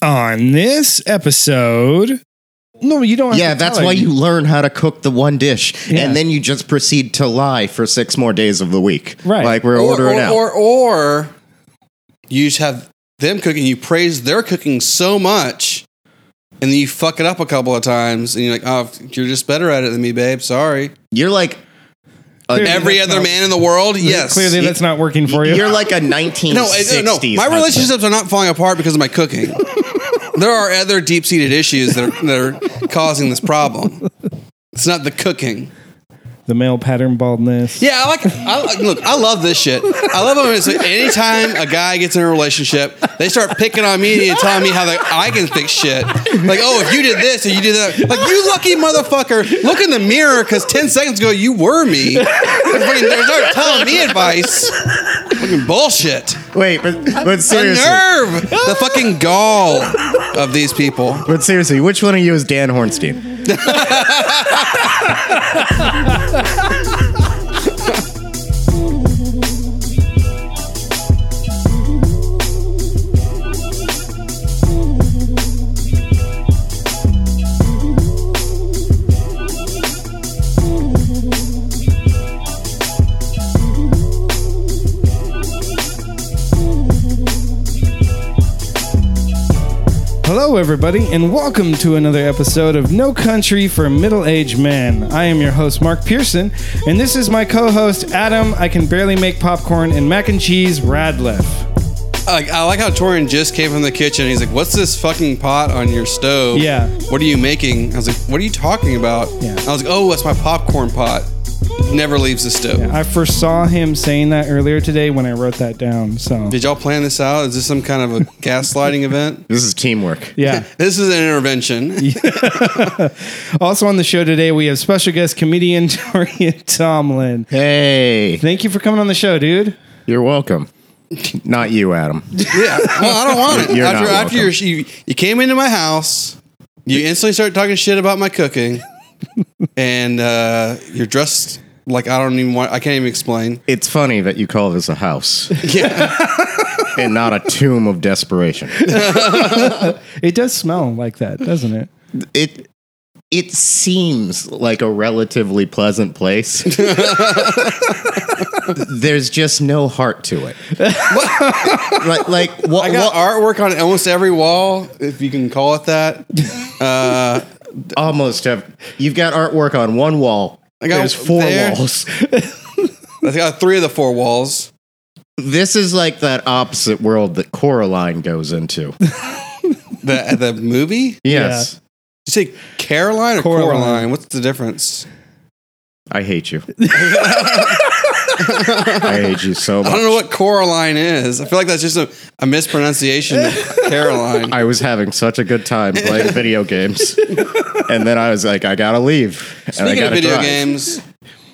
on this episode. No, you don't. Have Yeah, to that's tell why it. you learn how to cook the one dish, Yeah. and then you just proceed to lie for six more days of the week. Right. like we're or, ordering or, out. or, or you just have them cooking, you praise their cooking so much, and then you fuck it up a couple of times, and you're like, oh, you're just better at it than me, babe. Sorry. You're like a, Clearly Every that's other not- man in the world, yes. Clearly, that's not working for you. you're like a 1960s. no, I- no, no. My husband. relationships are not falling apart because of my cooking. there are other deep seated issues that are, that are causing this problem. It's not the cooking. the male pattern baldness. Yeah, I like. I, like- look, I love this shit. I love it when it's like anytime a guy gets in a relationship, they start picking on me and telling me how the, I can fix shit. Like, oh, if you did this and you did that, like you lucky motherfucker, look in the mirror because ten seconds ago you were me. They're fucking- they're not telling me advice. Fucking bullshit. Wait, but but The seriously, nerve, the fucking gall of these people. but seriously, which one of you is Dan Hornstein? Hello, everybody, and welcome to another episode of No Country for Middle Aged Men. I am your host, Mark Pearson, and this is my co host, Adam. I can barely make popcorn and mac and cheese, Radliff. Like, I like how Torian just came from the kitchen. He's like, "What's this fucking pot on your stove? Yeah. What are you making?" I was like, "What are you talking about?" Yeah. I was like, "Oh, that's my popcorn pot. It never leaves the stove." I foresaw him saying that earlier today when I wrote that down, so. Did y'all plan this out? Is this some kind of a gaslighting event? This is teamwork. Yeah. This is an intervention. Also on the show today, we have special guest comedian Dorian Tomlin. Hey, Thank you for coming on the show, dude. you're welcome. Not you, Adam. Yeah. Well, I don't want it. You're after not after your, you, you came into my house, you instantly started talking shit about my cooking, and uh, you're dressed like I don't even want. I can't even explain. It's funny that you call this a house Yeah. and not a tomb of desperation. It does smell like that, doesn't it? It it seems like a relatively pleasant place. There's just no heart to it. like like what, I got what- artwork on almost every wall, if you can call it that. Uh, almost have you've got artwork on one wall. I got There's four there. walls. I got three of the four walls. This is like that opposite world that Coraline goes into. The the movie? Yes. You say Caroline or Coraline. Coraline? What's the difference? I hate you. I hate you so I much. don't know what Coraline is. I feel like that's just a, a mispronunciation of Caroline. I was having such a good time playing video games, and then I was like, I gotta leave. and I Speaking of gotta video drive. games,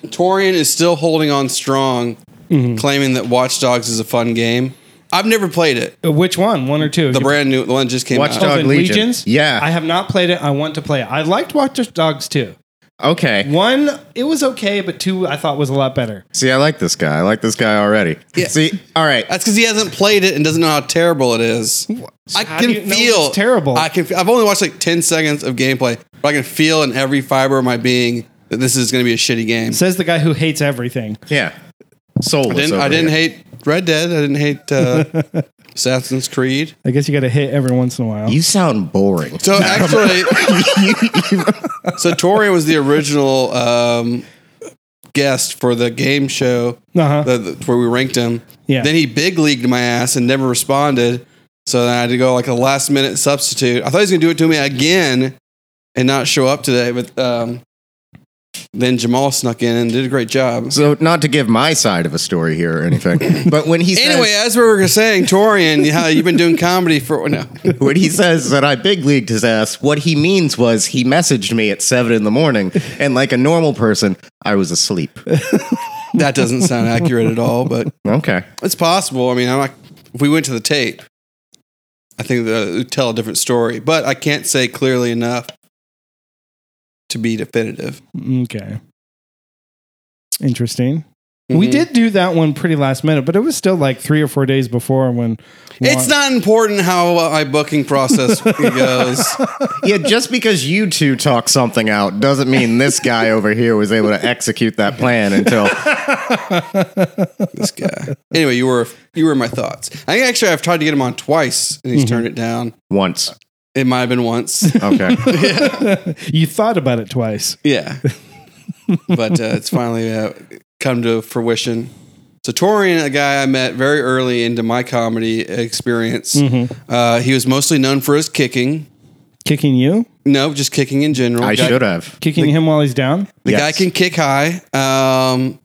Torian is still holding on strong, Mm-hmm. claiming that Watch Dogs is a fun game. I've never played it. Uh, Which one? One or two? The brand new the one that just came Watch out. Dogs- Dog Dog Legion. Legions? Yeah. I have not played it. I want to play it. I liked Watch Dogs 2. Okay, One, it was okay, but two, I thought was a lot better. see, I like this guy. I like this guy already. Yeah. See, all right, That's because he hasn't played it and doesn't know how terrible it is. I How can do you know feel it's terrible? I can. I've only watched like ten seconds of gameplay, but I can feel in every fiber of my being that this is going to be a shitty game. Says the guy who hates everything. yeah. Soulless. I didn't. I over didn't here. hate Red Dead. I didn't hate uh, Assassin's Creed. I guess you got to hit every once in a while. You sound boring. So actually, so Torian was the original um, guest for the game show Uh-huh. the, the- where we ranked him. Yeah. Then he big leagued my ass and never responded. So then I had to go like a last minute substitute. I thought he was gonna do it to me again and not show up today, but um, then Jamal snuck in and did a great job. So, not to give my side of a story here or anything, but when he says, Anyway, as we were saying, Torian, how you've been doing comedy for no. when he says that I big leagued his ass, what he means was he messaged me at seven in the morning, and like a normal person, I was asleep. That doesn't sound accurate at all, but Okay. It's possible. I mean, I'm not. If we went to the tape, I think that it would tell a different story. But I can't say clearly enough to be definitive. Okay. Interesting. We Mm-hmm. did do that one pretty last minute, but it was still like three or four days before when. It's not important how uh, my booking process goes. Yeah, just because you two talk something out doesn't mean this guy over here was able to execute that plan until this guy. Anyway, you were you were my thoughts. I think actually I've tried to get him on twice and he's turned it down. once. It might have been once. Okay. You thought about it twice. yeah, but uh, it's finally uh, come to fruition. So Torian, a guy I met very early into my comedy experience, uh, he was mostly known for his kicking. Kicking you? No, just kicking in general. I Guy- should have. Kicking him while he's down? The Yes. guy can kick high. Um,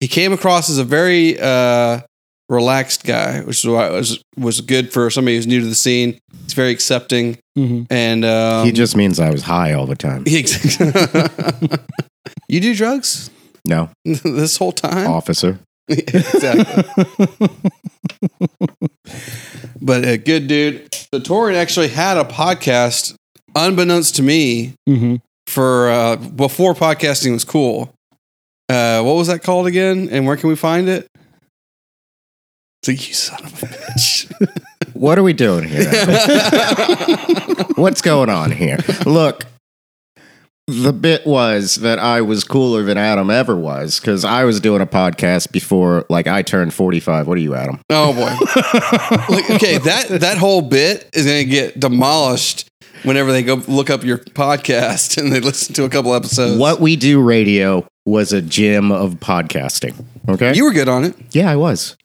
he came across as a very uh, relaxed guy, which is why it was was good for somebody who's new to the scene. He's very accepting, Mhm. and um, Mm-hmm. He just means I was high all the time. he you do drugs No, this whole time, officer. exactly. but a good dude. So Torin actually had a podcast, unbeknownst to me, Mm-hmm. for uh, before podcasting was cool. Uh, what was that called again? And where can we find it? So you son of a bitch. What are we doing here? What's going on here? Look, the bit was that I was cooler than Adam ever was because I was doing a podcast before, like, I turned 45. What are you, Adam? oh boy. Like, okay, that that whole bit is going to get demolished whenever they go look up your podcast and they listen to a couple episodes. What We Do Radio was a gym of podcasting. Okay. You were good on it. yeah, I was.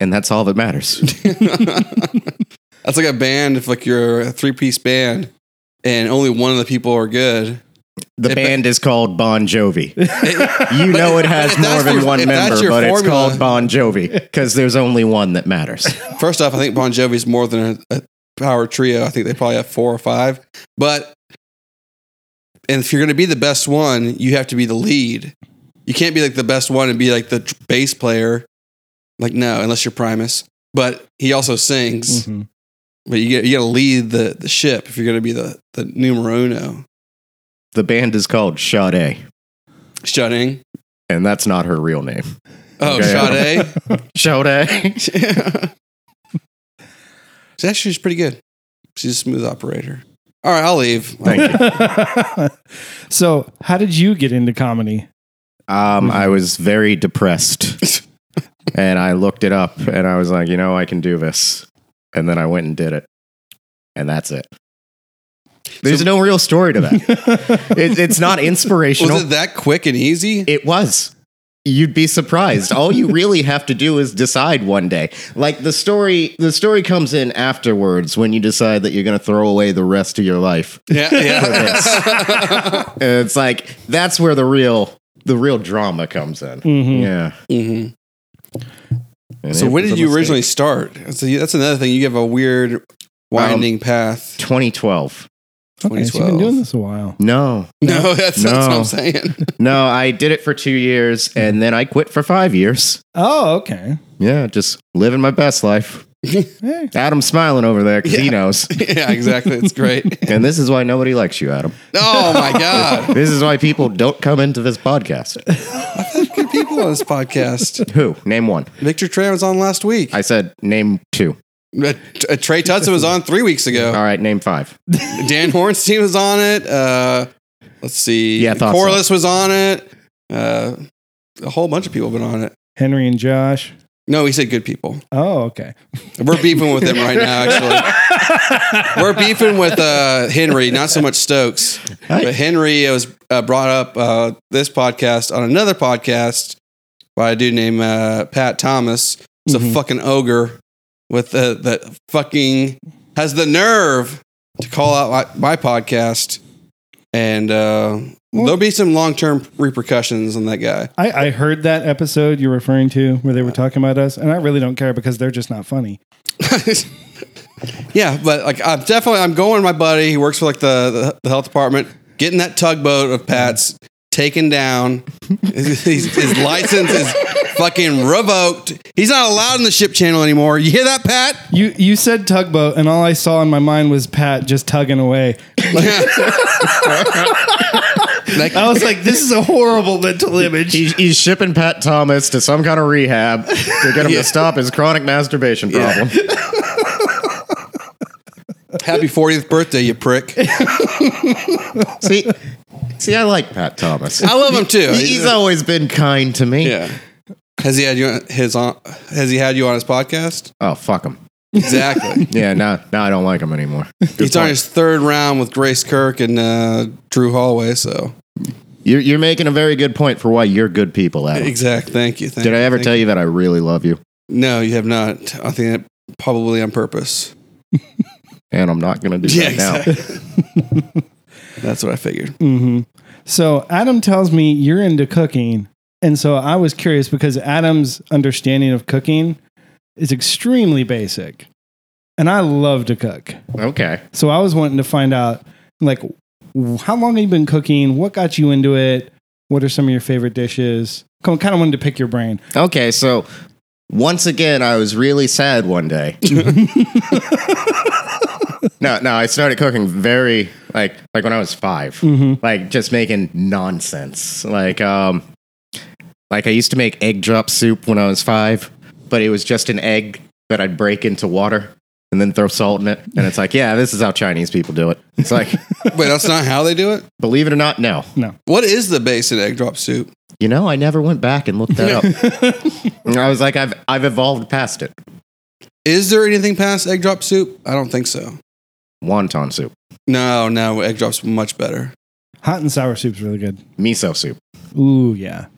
And that's all that matters. That's like a band. If like you're a three piece band and only one of the people are good. The If- band is called Bon Jovi. you know it has if that's more than your- one if that's member, your but it's formula- called Bon Jovi because there's only one that matters. First off, I think Bon Jovi's more than a, a power trio. I think they probably have four or five. But and if you're going to be the best one, you have to be the lead. You can't be like the best one and be like the tr- bass player. Like no, unless you're Primus. But he also sings. Mm-hmm. Mhm. But you get you got to lead the the ship if you're going to be the the numero uno. The band is called Sade, Shutting. and that's not her real name. Oh, Okay. Sade. Sade. She's actually she's pretty good. She's a smooth operator. All right, I'll leave. Thank you. so, how did you get into comedy? Um, I was very depressed, and I looked it up, and I was like, you know, I can do this, and then I went and did it, and that's it. There's no real story to that. it, it's not inspirational. Was it that quick and easy? It was. You'd be surprised. All you really have to do is decide one day. Like the story, the story comes in afterwards when you decide that you're going to throw away the rest of your life. yeah, yeah. And it's like that's where the real, the real drama comes in. Mm-hmm. Yeah. Mhm. And So it when was did a you mistake. originally start? That's, a- that's another thing. You have a weird winding path. 2012. Okay, so you've been 2012. doing this a while. No, No, that's, that's what No. I'm saying. no, I did it for two years and then I quit for five years. Oh, okay. Yeah, just living my best life. Hey. Adam's smiling over there because he Yeah. knows. yeah, exactly. It's great. And this is why nobody likes you, Adam. Oh my god, This is why people don't come into this podcast. good people on this podcast. Who? Name one. Victor Tran was on last week. I said name two. Uh, T- uh, Trey Tutson was on three weeks ago. All right, name five. Dan Hornstein was on it. Uh, let's see. Yeah, I thought so. Corliss was on it. Uh, a whole bunch of people have been on it. Henry and Josh. No, he said good people. Oh, okay. We're beefing with him right now, actually. We're beefing with uh, Henry, not so much Stokes. But Henry was uh, brought up uh, this podcast on another podcast by a dude named uh, Pat Thomas. It's a fucking ogre with the, that fucking has the nerve to call out my, my podcast. And uh, there'll be some long term repercussions on that guy. I, I heard that episode you're referring to where they were talking about us, and I really don't care because they're just not funny. yeah, but like I'm definitely I'm going with my buddy. He works for like the, the, the health department, getting that tugboat of Pat's taken down. his, his- his license is fucking revoked. He's not allowed in the ship channel anymore. You hear that, Pat? You you said tugboat, and all I saw in my mind was Pat just tugging away. Like, I was like, this is a horrible mental image. He's, he's shipping Pat Thomas to some kind of rehab to get him Yeah. to stop his chronic masturbation Yeah. problem. happy 40th birthday, you prick. see, see, I like Pat Thomas. I love him too. He's always been kind to me. yeah. Has he had you on his on? Has he had you on his podcast? Oh, fuck him. Exactly. Yeah, now now I don't like him anymore. He's on his third round with Grace Kirk and uh, Drew Hallway. So You're, you're making a very good point for why you're good people, Adam. exact. Thank you. Thank Did I ever thank tell you that I really love you? No, you have not. I think that probably on purpose. And I'm not going to do that now. exactly. That's what I figured. hmm So Adam tells me you're into cooking, and so I was curious because Adam's understanding of cooking is extremely basic, and I love to cook. Okay. So I was wanting to find out, like, w- how long have you been cooking? What got you into it? What are some of your favorite dishes? Kind of wanted to pick your brain. Okay, so once again, I was really sad one day. no, no, I started cooking very like like when I was 5 like just making nonsense. Like um, like I used to make egg drop soup when I was five, but it was just an egg that I'd break into water and then throw salt in it, and it's like, yeah, this is how Chinese people do it. It's like, Wait, that's not how they do it. believe it or not, no. What is the base in egg drop soup? You know, I never went back and looked that up. And I was like, I've I've evolved past it. Is there anything past egg drop soup? I don't think so. Wonton soup. No, no, egg drops much better. Hot and sour soup's really good. miso soup. Ooh, yeah.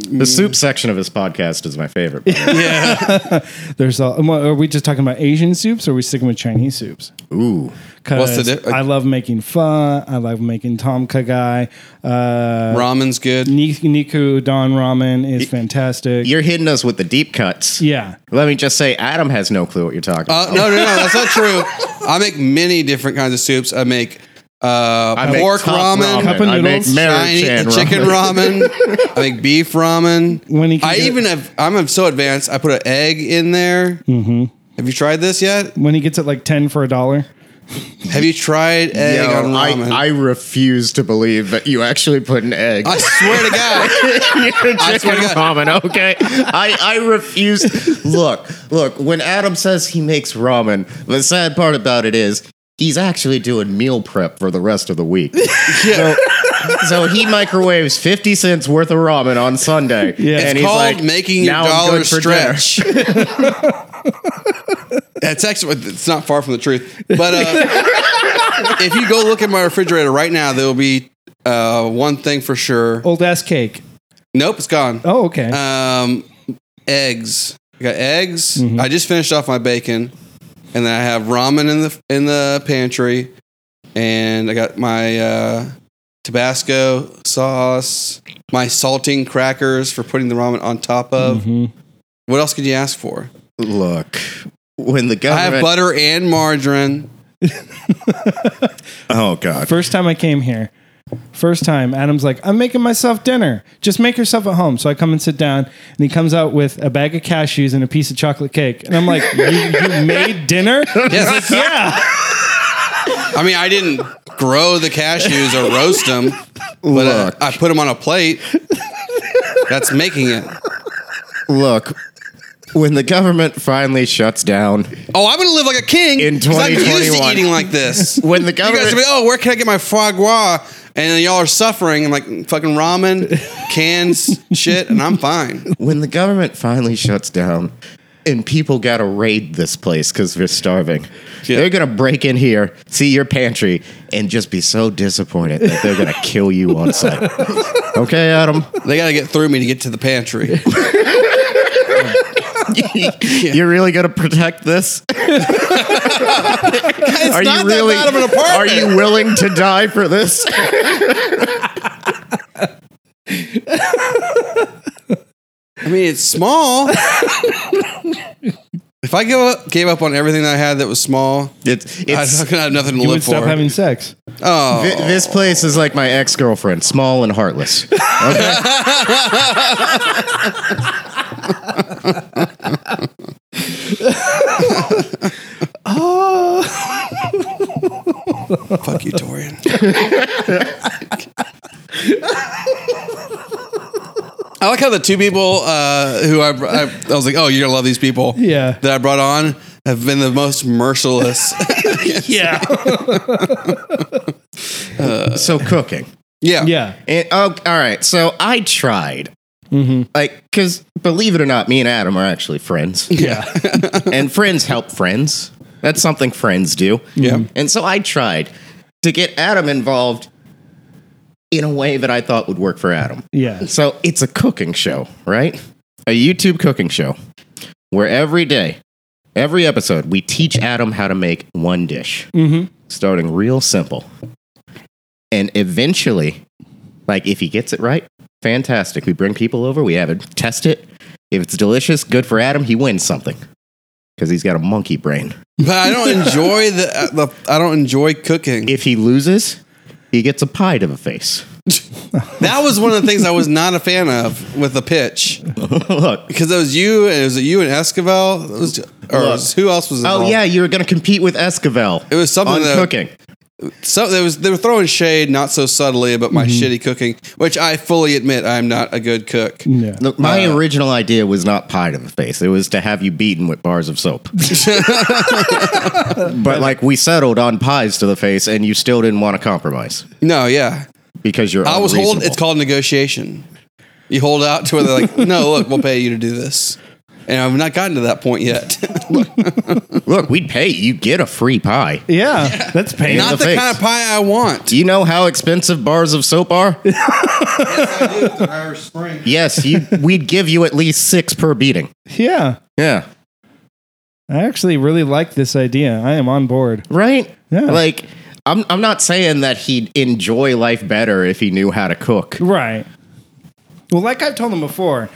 The Mm. soup section of his podcast is my favorite. by the way. There's all. well, Are we just talking about Asian soups? or Are we sticking with Chinese soups? Ooh, Because What's the di- uh, I love making pho. I love making tom kha gai. Uh, Ramen's good. Ni- Niku Don Ramen is fantastic. you're hitting us with the deep cuts. yeah. Let me just say, Adam has no clue what you're talking. Uh, about. no, no, no, that's not true. I make many different kinds of soups. I make uh, I make pork top ramen, Cup of I make noodles. Mary Chinese, Chan chicken ramen. I make beef ramen. When he can I get- even have, I'm so advanced. I put an egg in there. Mm-hmm. Have you tried this yet? When he gets it like 10 for a dollar. Have you tried egg Yo, on ramen? I, I I, refuse to believe that you actually put an egg swear to God. in your swear chicken to ramen. Okay, I, I refuse. Look, look. When Adam says he makes ramen, the sad part about it is he's actually doing meal prep for the rest of the week. Yeah. So he microwaves 50 cents worth of ramen on Sunday. Yeah. It's it's called making your dollar stretch. That's actually it's not far from the truth. But uh, if you go look at my refrigerator right now, there will be uh, one thing for sure. Old ass cake. Nope, it's gone. Oh, okay. Um, eggs. I got eggs. I just finished off my bacon, and then I have ramen in the in the pantry, and I got my uh, Tabasco sauce, my salting crackers for putting the ramen on top Mm-hmm. of. What else could you ask for? Look, when the I have government. butter and margarine. oh, God. First time I came here, first time, Adam's like, I'm making myself dinner. Just make yourself at home. So I come and sit down, and he comes out with a bag of cashews and a piece of chocolate cake. And I'm like, You, you made dinner? Yes, yeah. I mean I didn't grow the cashews or roast them, but uh, Look. I put them on a plate. That's making it. Look, when the government finally shuts down, Oh, I'm gonna live like a king. In 'cause I'm used to 2021. eating like this. when the you guys government. are like, oh, where can I get my foie gras? And then y'all are suffering. I'm like, fucking ramen, cans, shit, and I'm fine. when the government finally shuts down and people gotta raid this place because they're starving they're gonna break in here see your pantry and just be so disappointed that they're gonna kill you on sight okay adam They got to get through me to get to the pantry. you're really gonna protect this are not that you really bad of an apartment. are you willing to die for this I mean, it's small. if I give up, gave up on everything that I had that was small, it's, I'm it's not gonna have nothing to You live would for. stop having sex. oh, thi- this place is like my ex-girlfriend small and heartless okay fuck you, Torian. I like how the two people uh, who I, I I was like, oh, you're gonna love these people. Yeah. That I brought on have been the most merciless. Yeah. so cooking. yeah. Yeah. And, oh, all right. So I tried. Mm-hmm. Like, because believe it or not, me and Adam are actually friends. Yeah. and friends help friends. That's something friends do. Yeah. And so I tried to get Adam involved in a way that I thought would work for Adam. Yeah. So it's a cooking show, right? A YouTube cooking show where every day, every episode, we teach Adam how to make one dish, Mm-hmm. starting real simple. And eventually, like if he gets it right, fantastic. We bring people over, we have it test it. If it's delicious, good for Adam, he wins something because he's got a monkey brain. But I don't enjoy the, uh, the I don't enjoy cooking. If he loses, he gets a pie to the face. That was one of the things I was not a fan of with the pitch Look. because it was you and it was you and Esquivel. It was, or it was- who else was? Oh involved? yeah, you were going to compete with Esquivel. It was something on that- cooking. So there was they were throwing shade not so subtly about my shitty cooking, which I fully admit I'm not a good cook. Yeah. Look, my uh, original idea was not pie to the face. It was to have you beaten with bars of soap. but like we settled on pies to the face, and you still didn't want to compromise No, yeah, because you're. I was holding. holding. It's called negotiation. You hold out to where they're like, no, look, we'll pay you to do this, and I've not gotten to that point yet. Look, we'd pay you get a free pie. Yeah. That's painful. the not the, face. kind of pie I want. Do you know how expensive bars of soap are? yes, you, we'd give you at least six per beating. Yeah. Yeah, I actually really like this idea. I am on board. right. Yeah. like I'm. I'm not saying that he'd enjoy life better if he knew how to cook. Right. Well, like I've told them before,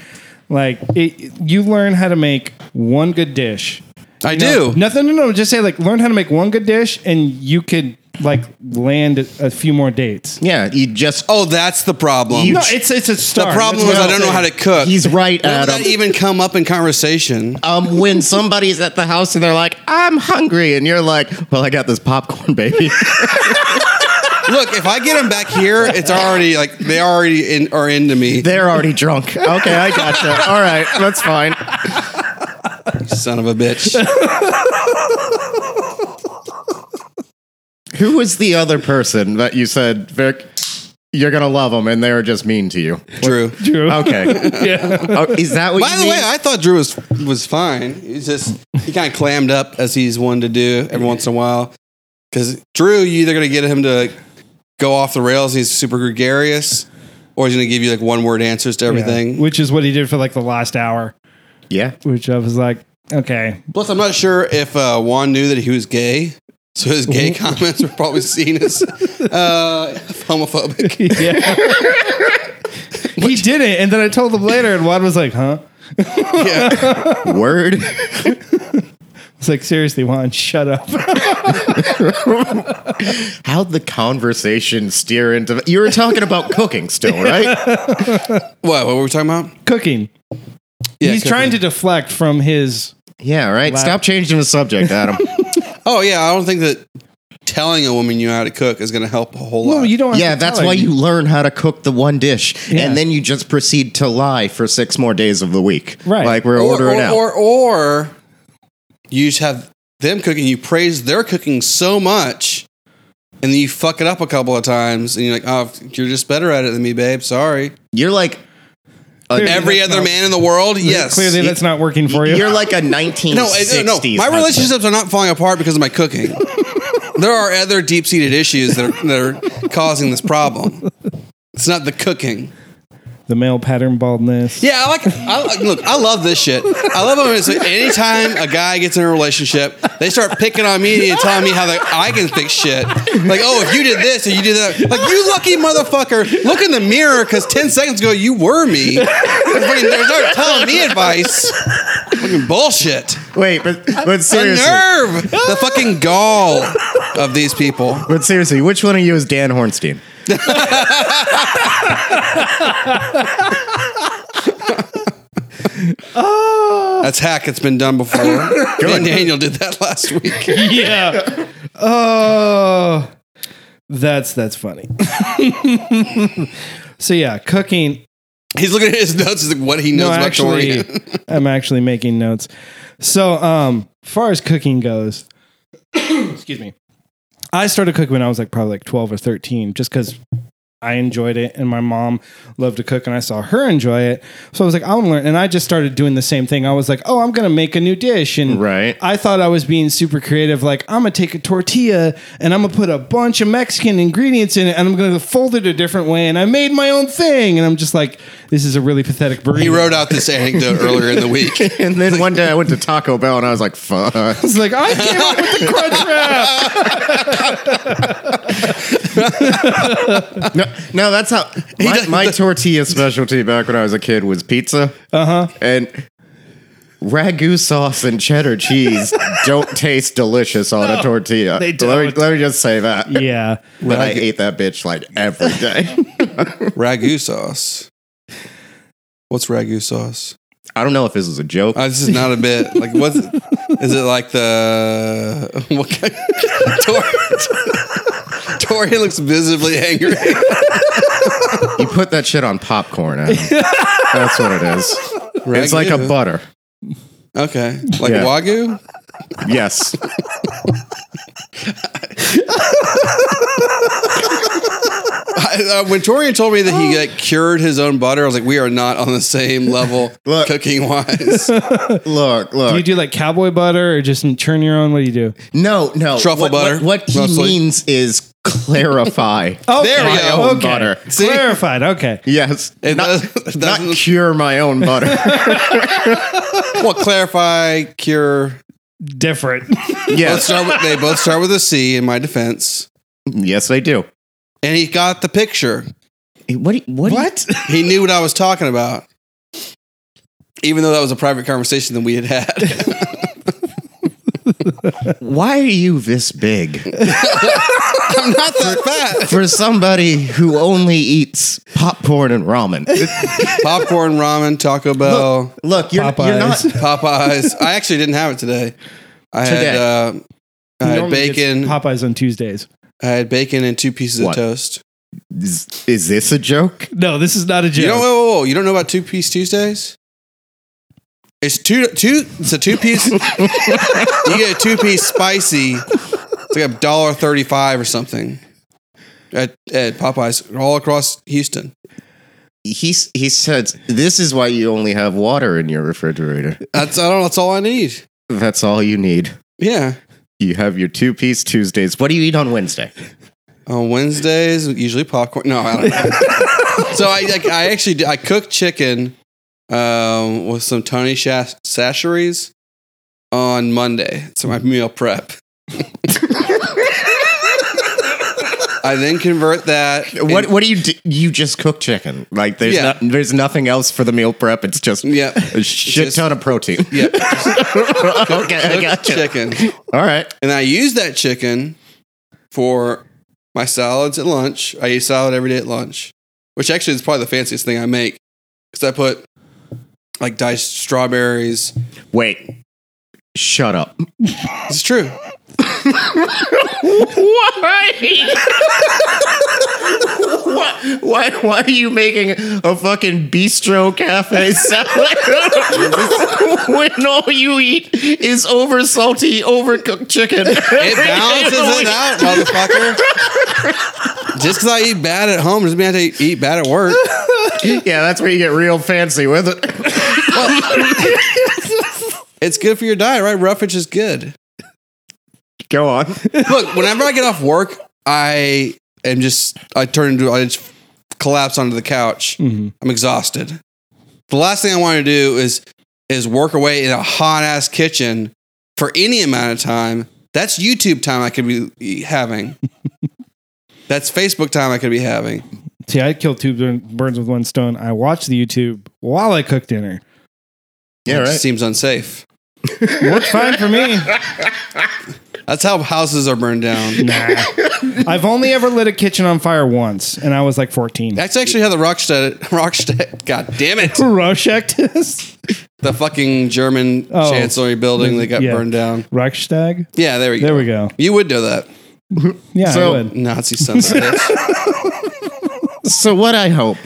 like it, you learn how to make one good dish. I No, do. nothing. No, no. Just say like learn how to make one good dish, and you could like land a few more dates. Yeah, you just. Oh, that's the problem. No, it's it's a start. the problem That's was what I I'm don't know saying. how to cook. He's right, When did that Adam. even come up in conversation? um, when somebody's at the house and they're like, "I'm hungry," and you're like, "Well, I got this popcorn, baby." Look, if I get them back here, it's already like they already in, are into me. They're already drunk. Okay, I gotcha. All right, that's fine. Son of a bitch. Who was the other person that you said, Vic? You're gonna love them, and they were just mean to you. Drew. Drew. Okay, Yeah. Oh, is that what? By you the mean? way, I thought Drew was was fine. He's just he kind of clammed up as he's one to do every once in a while. Because Drew, you either gonna get him to go off the rails. He's super gregarious, or he's gonna give you like one word answers to everything. Which is what he did for like the last hour. yeah, Which I was like, okay, Plus, I'm not sure if uh, Juan knew that he was gay. So his gay comments were probably seen as uh, homophobic. yeah. he did it, and then I told him later, and Juan was like, huh. Yeah. word. It's like seriously, Juan, shut up. How'd the conversation steer into? You were talking about cooking still, right? What, what were we talking about? cooking. Yeah, He's cooking. trying to deflect from his. Yeah, right. Stop changing the subject, Adam. Oh yeah, I don't think that telling a woman you know how to cook is going to help a whole lot. Well, you don't. Have Yeah, to that's tell why her. you learn how to cook the one dish, Yeah. and then you just proceed to lie for six more days of the week. Right. like we're or, ordering or, out. or or you just have them cooking. You praise their cooking so much, and then you fuck it up a couple of times, and you're like, "Oh, you're just better at it than me, babe. Sorry." You're like Clearly Every that's other not- man in the world, yes. Clearly, that's not working for you. You're like a 1960s. no, I- no, no. My husband. relationships are not falling apart because of my cooking. there are other deep seated issues that are, that are causing this problem. It's not the cooking. the male pattern baldness. Yeah, I like. I, like- look, I love this shit. I love when it's like anytime a guy gets in a relationship, they start picking on me and telling me how they, I can fix shit. Like, oh, if you did this and you did that, like you lucky motherfucker, look in the mirror because ten seconds ago you were me. They're, fucking, they're not telling me advice. Fucking bullshit. Wait, but but The seriously, nerve, the fucking gall of these people. but seriously, which one of you is Dan Hornstein? That's hack. It's been done before. Me and Daniel did that last week. yeah. Oh, that's that's funny. so yeah, cooking. He's looking at his notes. He's like, what he knows no, about actually, Torian. I'm actually making notes. So, um, far as cooking goes, excuse me, I started cooking when I was like probably like 12 or 13, just because I enjoyed it and my mom loved to cook and I saw her enjoy it. So I was like, I want to learn. And I just started doing the same thing. I was like, oh, I'm going to make a new dish. And Right. I thought I was being super creative. Like, I'm going to take a tortilla and I'm going to put a bunch of Mexican ingredients in it and I'm going to fold it a different way. And I made my own thing. And I'm just like, this is a really pathetic burrito. He wrote out this anecdote earlier in the week. And then one day I went to Taco Bell and I was like, fuck. It's like I came up with the crunch wrap. No, no that's how my, my tortilla specialty back when I was a kid was pizza. Uh huh. And ragu sauce and cheddar cheese don't taste delicious on a tortilla. they Let don't. me, let me just say that. Yeah, But I ate that bitch like every day. Ragu sauce. What's ragu sauce? I don't know if this is a joke. Uh, this is not a bit. Like, what's is it like the what kind? Tor- Tori looks visibly angry. you put that shit on popcorn. Adam. that's what it is. It's like a Ragu. butter. Okay, like Yeah. wagyu. Yes. I, uh, when Torian told me that he like, cured his own butter, I was like, we are not on the same level Look. cooking wise. Look, look. do you do like cowboy butter or just churn your own? What do you do? No, no. Truffle What- what- butter, What, he mostly. means is clarify. Oh, There we my go. own butter. See? Clarified. Okay. Yes. It not, does- it not doesn't- cure my own butter. Well, clarify, cure. Different. Both yes. start with, they both start with a C. In my defense, yes, they do. and he got the picture. What? do you- What? do you- He knew what I was talking about, even though that was a private conversation that we had had. Why are you this big I'm not that fat. for somebody who only eats popcorn and ramen? Popcorn, ramen, Taco Bell. Look, you're, you're not. Popeyes. Popeyes. I actually didn't have it today. I Today. had uh, I had Normally it's bacon. Popeyes on Tuesdays. I had bacon and two pieces What? of toast. Is, is this a joke? No, this is not a joke. You don't whoa, whoa, whoa, you don't know about two piece Tuesdays? It's two two. It's a two piece. you get a two piece spicy. It's like a dollar thirty five or something. At, at Popeyes, all across Houston. He's, he says, This is why you only have water in your refrigerator. That's I don't. That's all I need. That's all you need. Yeah. You have your two piece Tuesdays. What do you eat on Wednesday? On Wednesdays, usually popcorn. No, I don't know. so I like I actually did- I cooked chicken um, with some Tony Shas- Sacheries on Monday. So my meal prep. I then convert that. What in- what do you do? You just cook chicken. Like there's Yeah. no- there's nothing else for the meal prep. It's just Yeah. a shit Just- ton of protein. Yeah. okay, I Cooked gotcha. chicken. All right. And I use that chicken for my salads at lunch. I eat salad every day at lunch, which actually is probably the fanciest thing I make because I put like diced strawberries. Wait. Shut up. It's true. Why, why why are you making a fucking bistro cafe salad when all you eat is over salty, overcooked chicken? It balances it out, motherfucker. Just because I eat bad at home doesn't mean I have to eat bad at work. yeah, that's where you get real fancy with it. It's good for your diet, right? Roughage is good. Go on. Look, whenever I get off work, I am just, I turn into, I just collapse onto the couch. Mhm. I'm exhausted. The last thing I want to do is is work away in a hot ass kitchen for any amount of time. That's YouTube time I could be having. That's Facebook time I could be having. See, I kill two bir- birds with one stone. I watched the YouTube while I cook dinner. Yeah, It seems unsafe. Worked fine for me. That's how houses are burned down. I've only ever lit a kitchen on fire once, and I was like 14. That's actually how the Rockstead Rockstedt God damn it. Rorschach test? The fucking German Oh. chancellery building that got Yeah. burned down. Reichstag? Yeah, there we go. There we go. You would know that. Yeah, I So- would. Nazi sons of bitch. So what I hope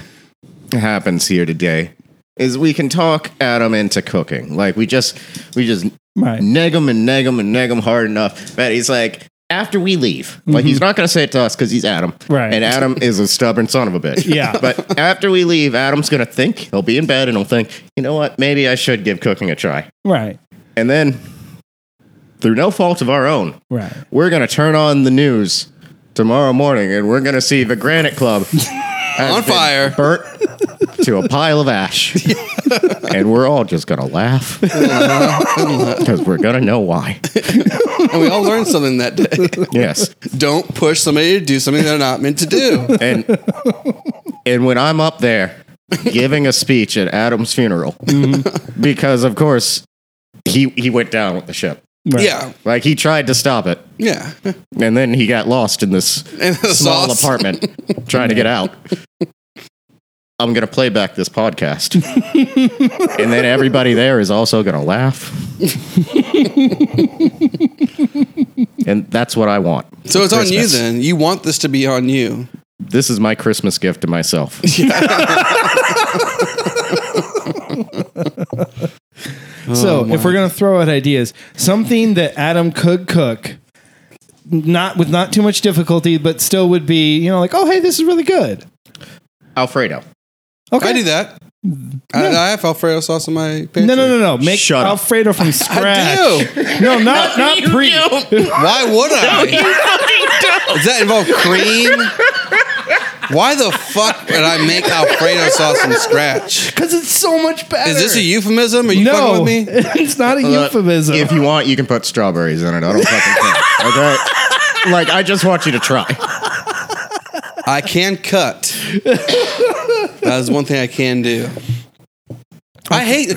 happens here today is we can talk Adam into cooking. Like we just we just Right. neg him and neg him and neg him hard enough that he's like after we leave like he's not going to say it to us because he's adam Mm-hmm. Right. and adam is a stubborn son of a bitch Yeah. but after we leave adam's going to think he'll be in bed and he'll think you know what maybe i should give cooking a try Right. and then through no fault of our own Right. we're going to turn on the news tomorrow morning and we're going to see the granite club has On been fire. burnt to a pile of ash and we're all just going to laugh because we're going to know why And we all learned something that day. Yes. Don't push somebody to do something they're not meant to do. And and when I'm up there giving a speech at Adam's funeral, because of course he he went down with the ship. Right. Yeah. Like he tried to stop it, Yeah. and then he got lost in this And the small sauce. apartment trying to get out. I'm gonna play back this podcast, and then everybody there is also gonna laugh. and that's what I want. So it's on you Christmas. then. You want this to be on you. This is my Christmas gift to myself. So Oh, if we're gonna throw out ideas, something that Adam could cook, not with not too much difficulty, but still would be you know like oh hey this is really good. Alfredo. Okay. I do that. I, I have Alfredo sauce in my pantry. No, no, no, no. Make Shut up. Alfredo from scratch. No, not not pre. Why would I? Does that involve cream? Why the fuck would I make Alfredo sauce from scratch? Because it's so much better. Is this a euphemism? Are you no? fucking with me? It's not a Look, euphemism. If you want, you can put strawberries in it. I don't fucking care. Okay. Like I just want you to try. I can cut. that is one thing I can do. I hate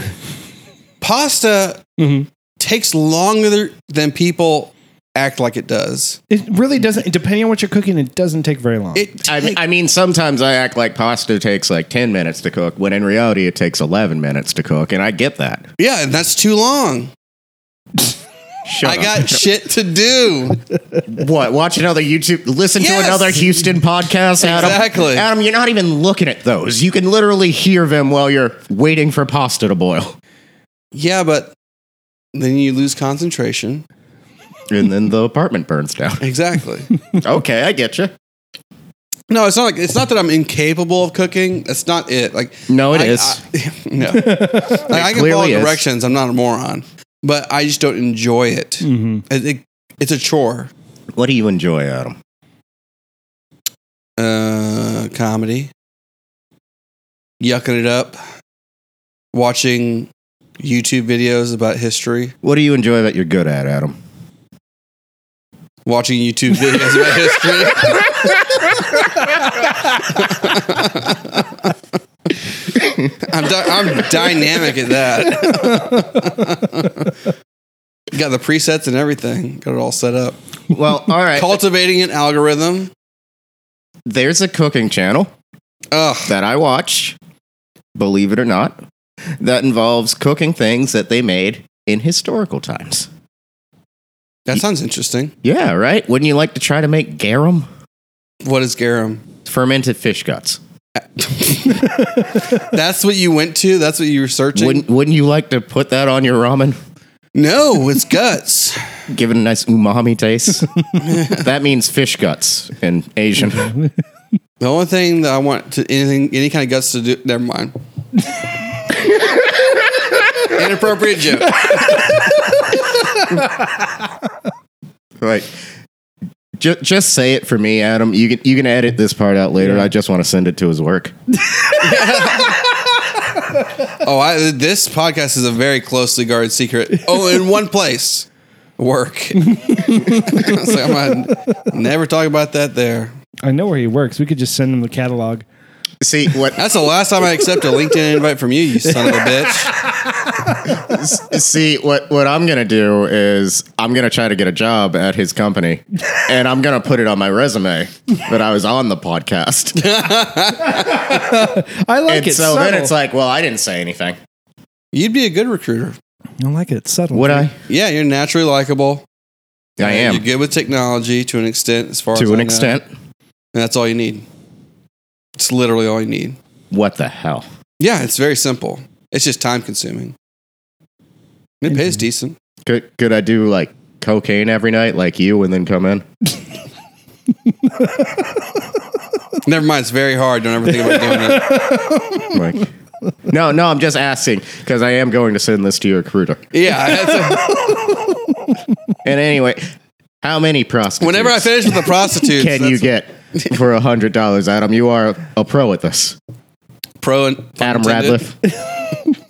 pasta Mm-hmm. takes longer than people act like it does. it really doesn't. Depending on what you're cooking, it doesn't take very long. It I mean, I mean, sometimes I act like pasta takes like ten minutes to cook, when in reality it takes eleven minutes to cook, and I get that. yeah, and that's too long. Shut I up. got shit to do. what? Watch another YouTube. Listen Yes. to another Houston podcast. Adam. Exactly. Adam, you're not even looking at those. You can literally hear them while you're waiting for pasta to boil, Yeah, but then you lose concentration. and then the apartment burns down. Exactly. okay, I get you. No, it's not like it's not that I'm incapable of cooking. That's not it. Like No, it I- is. I- no, Like, I can follow clearly is. directions. I'm not a moron, but I just don't enjoy it. Mm-hmm. It- it- it's a chore. What do you enjoy, Adam? Uh, comedy, yucking it up, watching YouTube videos about history, What do you enjoy that you're good at, Adam? watching YouTube videos about history. I'm, dy- I'm dynamic at that. Got the presets and everything. Got it all set up. Well, all right. Cultivating an algorithm. There's a cooking channel Ugh. that I watch, believe it or not, that involves cooking things that they made in historical times. That sounds interesting. Yeah, right? Wouldn't you like to try to make garum? What is garum? Fermented fish guts. That's what you went to? That's what you were searching? Wouldn't, wouldn't you like to put that on your ramen? no, it's guts. Give it a nice umami taste. that means fish guts in Asian. The only thing that I want to anything any kind of guts to do. Never mind. Inappropriate joke. Right. Ju- just say it for me, Adam. You can you can edit this part out later. I just want to send it to his work. Oh, I, this podcast is a very closely guarded secret. Oh, in one place, work. so I'm gonna never talk about that there. I know where he works. We could just send him the catalog. See what That's the last time I accept a LinkedIn invite from you, you son of a bitch. See what what I'm gonna do is I'm gonna try to get a job at his company, and I'm gonna put it on my resume that I was on the podcast. I like and it. so subtle. then it's like, well, I didn't say anything. You'd be a good recruiter. I like it. Subtle. Would I? Yeah, you're naturally likable. I You're am good with technology to an extent, as far as to I an know. extent. And that's all you need. It's literally all you need. What the hell? Yeah, it's very simple. It's just time consuming. It pays Mm-hmm. decent. Could could I do like cocaine every night like you and then come in? Never mind, it's very hard. Don't ever think about doing it. Like No, no, I'm just asking because I am going to send this to your recruiter. Yeah. that's- And anyway, how many prostitutes whenever I finish with the prostitutes, can you that's get for a hundred dollars, Adam? You are a pro at this. pro and Adam intended. Radcliffe.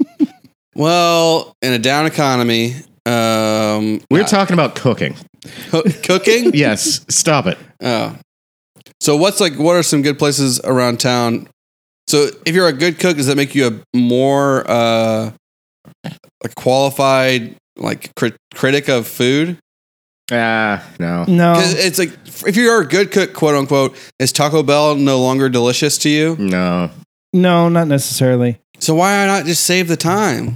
Well, in a down economy, um, We're talking about cooking. co- cooking. Yes, stop it. Oh. So what's like what are some good places around town? So if you're a good cook, does that make you a more uh a qualified like crit- critic of food? Ah, no. No. 'Cause it's like if you're a good cook, quote unquote, is Taco Bell no longer delicious to Mm. you? No. No, not necessarily. So why not just save the time?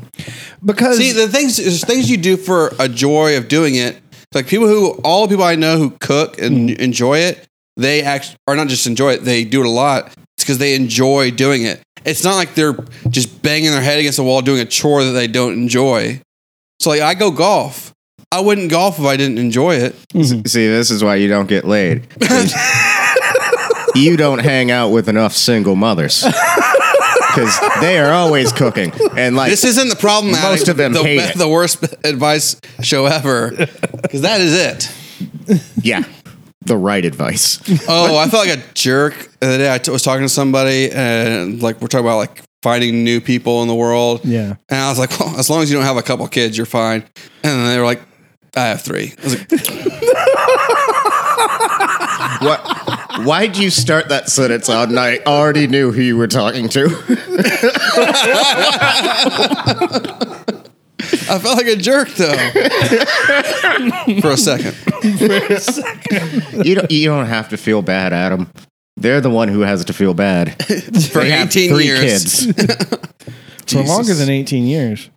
Because See, the things there's things you do for a joy of doing it. Like people who all people I know who cook and Mm-hmm. enjoy it, they act are not just enjoy it. They do it a lot. It's because they enjoy doing it. It's not like they're just banging their head against the wall doing a chore that they don't enjoy. So like I go golf. I wouldn't golf if I didn't enjoy it. See, this is why you don't get laid. you don't hang out with enough single mothers because they are always cooking. And like, This isn't the problem. Alex. of them the, hate it. the worst advice show ever because that is it. yeah, the right advice. Oh, I felt like a jerk the other day. I t- was talking to somebody, and like we're talking about like finding new people in the world. Yeah. And I was like, well, as long as you don't have a couple kids, you're fine. And they were like, I have three. I was like, What? Why'd you start that sentence out? And I already knew who you were talking to. I felt like a jerk though for a second. you don't. You don't have to feel bad, Adam. They're the one who has to feel bad. For They have 18 three years. kids. for longer than 18 years.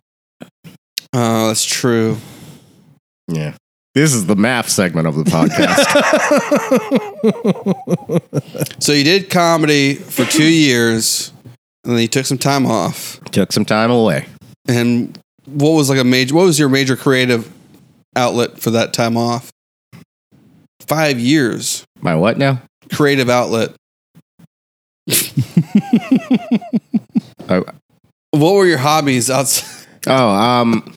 Oh, that's true. Yeah. This is the math segment of the podcast. So you did comedy for two years, and then you took some time off. Took some time away. And what was like a major? What was your major creative outlet for that time off? Five years. My what now? creative outlet. Oh, What were your hobbies outside? oh um,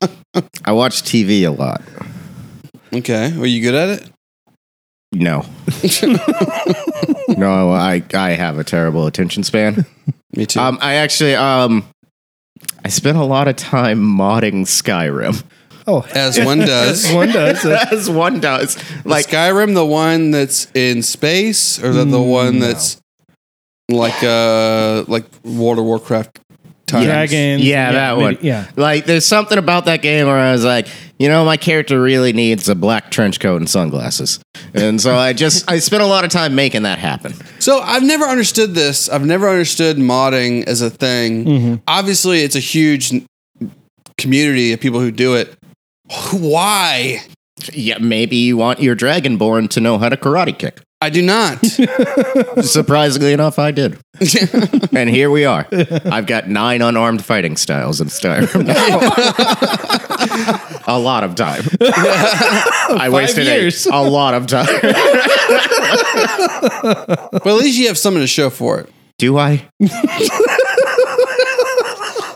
I watch TV a lot. Okay, were you good at it? No. no, I I have a terrible attention span. Me too. Um, I actually um, I spent a lot of time modding Skyrim, Oh, As one does. one does. That's as one does. Like, like Skyrim, the one that's in space, or the, the one that's like uh like World of Warcraft. Times? dragons. yeah, that one. midi- Yeah. Like, there's something about that game where I was like, you know, my character really needs a black trench coat and sunglasses, and so I just I spent a lot of time making that happen. So I've never understood this. I've never understood modding as a thing. Obviously, it's a huge n- community of people who do it. Why? Yeah, maybe you want your dragonborn to know how to karate kick. I do not. Surprisingly enough, I did. and here we are. I've got nine unarmed fighting styles in Skyrim now. a lot of time. I wasted a- years. a lot of time. But at least you have something to show for it. Do I?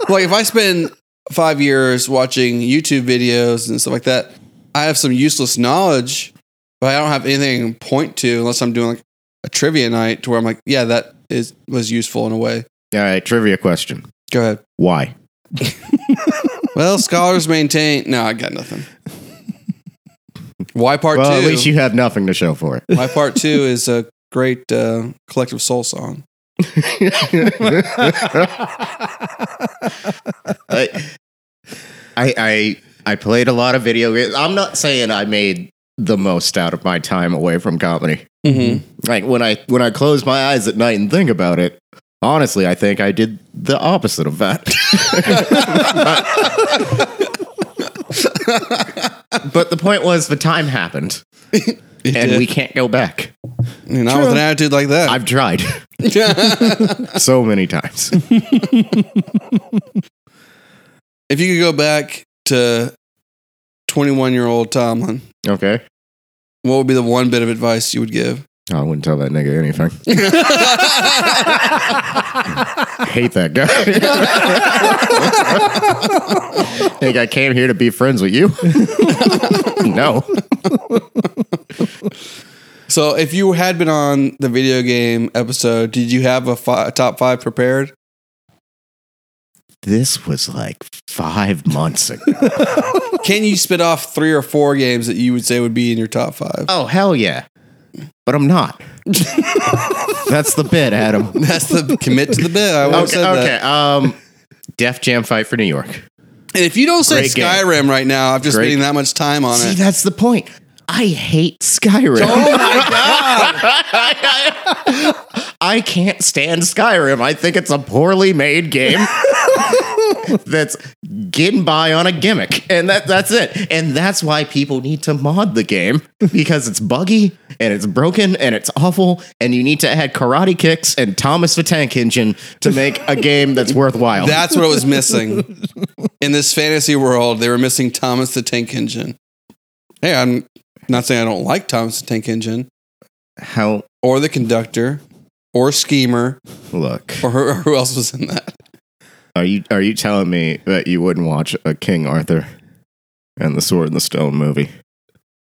Like if I spend five years watching YouTube videos and stuff like that, I have some useless knowledge, but I don't have anything I can point to unless I'm doing like a trivia night to where I'm like, yeah, that is was useful in a way. All right, trivia question. Go ahead. Why? Well, scholars maintain. No, I got nothing. Why part Well, two? at least you have nothing to show for it. Why part two is a great uh, collective soul song. I, Uh, I, I, I played a lot of video games. I'm not saying I made the most out of my time away from comedy. Mm-hmm. like when I when I close my eyes at night and think about it, honestly, I think I did the opposite of that. but the point was, the time happened, and we can't go back. not with an attitude like that. I've tried. so many times. if you could go back to 21 year old Tomlin, Okay. what would be the one bit of advice you would give? I wouldn't tell that nigga anything. Hate that guy. Think I came here to be friends with you? no. So, if you had been on the video game episode, did you have a, fi- a top five prepared? This was like five months ago. Can you spit off three or four games that you would say would be in your top five? oh, hell yeah. But I'm not. That's the bit, Adam. That's the commit to the bit. I would have Okay. said that. okay. Um, Def Jam Fight for New York. And if you don't say Great game. Skyrim right now, I'm just Great. spending that much time on See, it. that's the point. I hate Skyrim. Oh my god! I can't stand Skyrim. I think it's a poorly made game that's getting by on a gimmick, and that that's it. And that's why people need to mod the game because it's buggy and it's broken and it's awful. And you need to add karate kicks and Thomas the Tank Engine to make a game that's worthwhile. That's what it was missing. In this fantasy world, they were missing Thomas the Tank Engine. Hey, I'm not saying I don't like Thomas the Tank Engine how or the conductor or schemer look. or who- who else was in that. Are you are you telling me that you wouldn't watch a King Arthur and the Sword and the Stone movie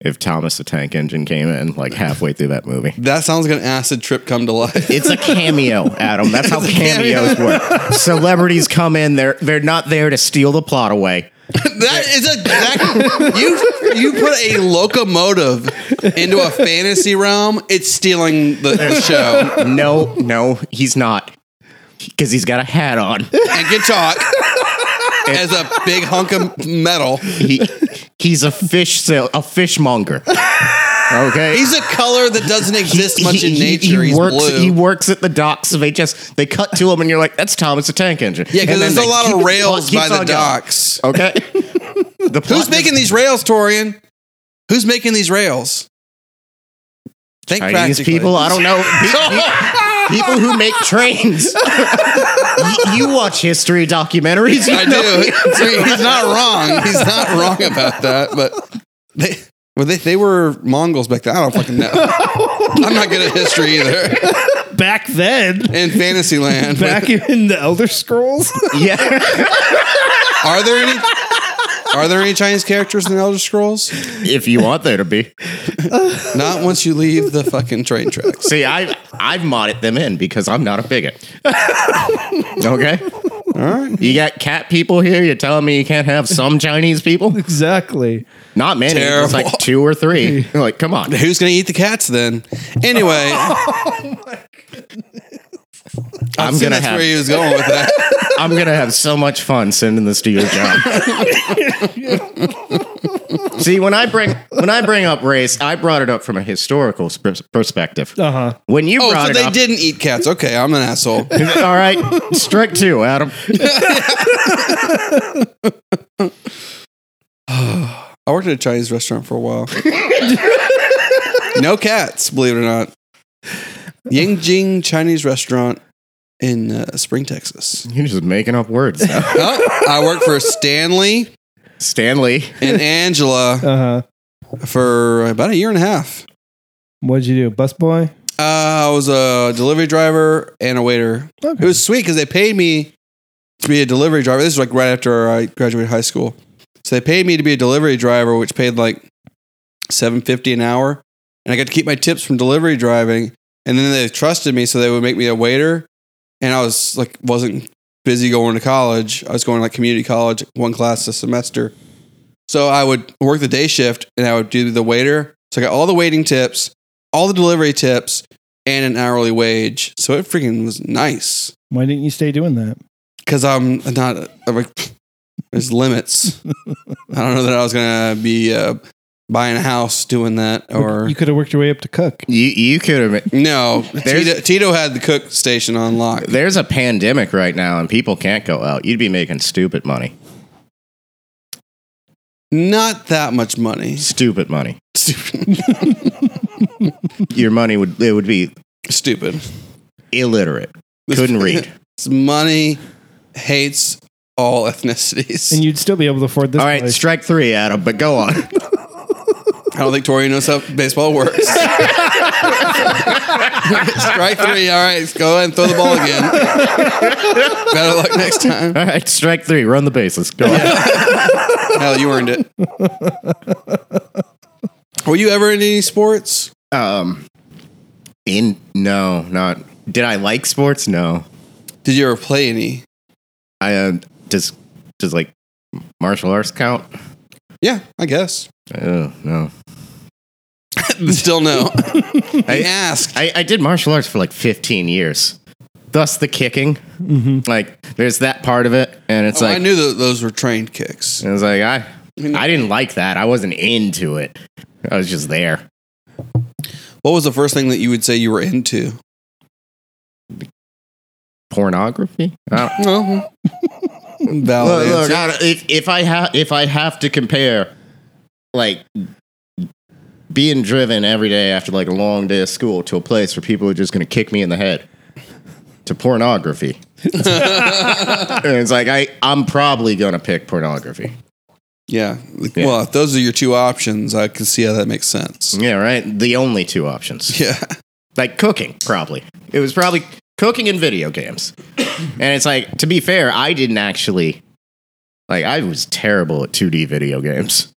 if Thomas the Tank Engine came in like halfway through that movie? That sounds like an acid trip come to life. It's a cameo, Adam. That's how It's a cameo. cameos work. Celebrities come in; they're they're not there to steal the plot away. That is a that, you you put a locomotive into a fantasy realm. It's stealing the, the show No, no, he's not, because he's got a hat on. and get talk as a big hunk of metal. He he's a fish sale, a fishmonger. Okay, He's a color that doesn't exist much in nature. He's works, blue. He works at the docks. So they just they cut to him, and you're like, "That's Thomas the Tank Engine." yeah, because And then there's they a lot keep- of rails keeps by the on going. docks. Okay. the plot Who's making these rails, Torian? Who's making these rails? Think Chinese practically. people? I don't know. Pe- pe- people who make trains. Y- you watch history documentaries. you I know. do. So he's not wrong. He's not wrong about that. But they, well, they, they were Mongols back then. I don't fucking know. I'm not good at history either. Back then, In Fantasyland, back in the Elder Scrolls, Yeah. are there any? Are there any Chinese characters in Elder Scrolls? if you want there to be. Not once you leave the fucking train tracks. See, I I've modded them in because I'm not a bigot. okay. All right. You got cat people here. You're telling me you can't have some Chinese people? exactly. Not many. It's Terrible. like two or three. Like, come on. Who's gonna eat the cats then? Anyway, I'm I'm gonna that's have- where he was going with that. I'm gonna have so much fun sending this to your job. See, when I bring when I bring up race, I brought it up from a historical sp- perspective. Uh huh. When you Oh, brought so it they up, didn't eat cats. Okay, I'm an asshole. all right, strike two, Adam. I worked at a Chinese restaurant for a while. no cats, believe it or not. Yangjing Chinese restaurant in uh, Spring, Texas. You're just making up words. Now. Oh, I worked for Stanley Stanley, and Angela Uh huh. for about a year and a half. What'd you do, busboy? Uh, I was a delivery driver and a waiter. It Okay. was sweet because they paid me to be a delivery driver. This is like right after I graduated high school. So they paid me to be a delivery driver, which paid like seven fifty an hour, and I got to keep my tips from delivery driving. And then they trusted me, so they would make me a waiter. And I was like, wasn't busy going to college. I was going to like community college, one class a semester. So I would work the day shift, and I would do the waiter. So I got all the waiting tips, all the delivery tips, and an hourly wage. So it freaking was nice Why didn't you stay doing that? because I'm not I'm like there's limits. I don't know that I was gonna be uh, buying a house doing that or you could have worked your way up to cook. you you could have. no. There's- Tito, Tito had the cook station on lock. There's a pandemic right now, and people can't go out. You'd be making stupid money. Not that much money. Stupid money. Stupid. Your money would it would be Stupid. illiterate. Couldn't read. It's money hates all ethnicities. and you'd still be able to afford this. All right, place. strike three, Adam, but go on. I don't think Tori knows how baseball works. Strike three. All right, go ahead and throw the ball again. Better luck next time. All right, strike three, run the bases. Go on. Hell, you earned it. Were you ever in any sports? Um, in no, not. Did I like sports? No. Did you ever play any? I uh, does does like martial arts count? Yeah, I guess. Oh no. Still no. I I- asked. I, I did martial arts for like 15 years. Thus the kicking. Mm-hmm. Like there's that part of it, and it's Oh, like I knew that those were trained kicks. it was like I I didn't like that. I wasn't into it. I was just there. What was the first thing that you would say you were into? Pornography. I don't- No. look, Valid. look, answer. I don't- if if I have if I have to compare, like being driven every day after like a long day of school to a place where people are just going to kick me in the head to pornography. and it's like I I'm probably going to pick pornography. yeah. Yeah. Well, if those are your two options, I can see how that makes sense. Yeah, right. The only two options. Yeah. Like cooking, probably. It was probably cooking and video games. and it's like, to be fair, I didn't actually like I was terrible at 2D video games.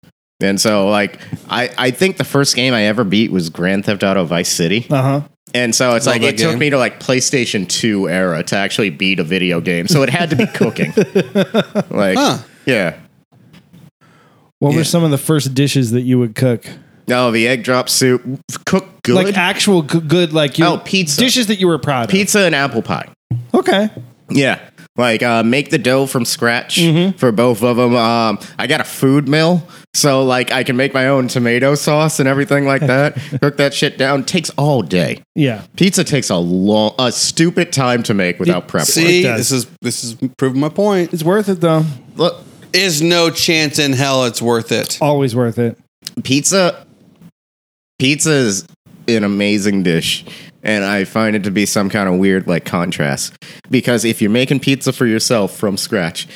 And so like I, I think the first game I ever beat was Grand Theft Auto Vice City. Uh huh. And so it's Love like that it game. took me to like PlayStation 2 era to actually beat a video game. So it had to be cooking. like Huh. yeah. What Yeah. were some of the first dishes that you would cook? No, the egg drop soup. Cook good. Like actual g- good, like you Oh, pizza. dishes that you were proud of. pizza and apple pie. Okay. Yeah. Like uh, make the dough from scratch for both of them. Um, I got a food mill, so like I can make my own tomato sauce and everything like that. Cook that shit down. Takes all day. Yeah. Pizza takes a long, a stupid time to make without prep. work. See, does. this is this is proving my point. It's worth it though. look, Is no chance in hell it's worth it. Oh. Always worth it. pizza. Pizza is an amazing dish, and I find it to be some kind of weird like contrast because if you're making pizza for yourself from scratch,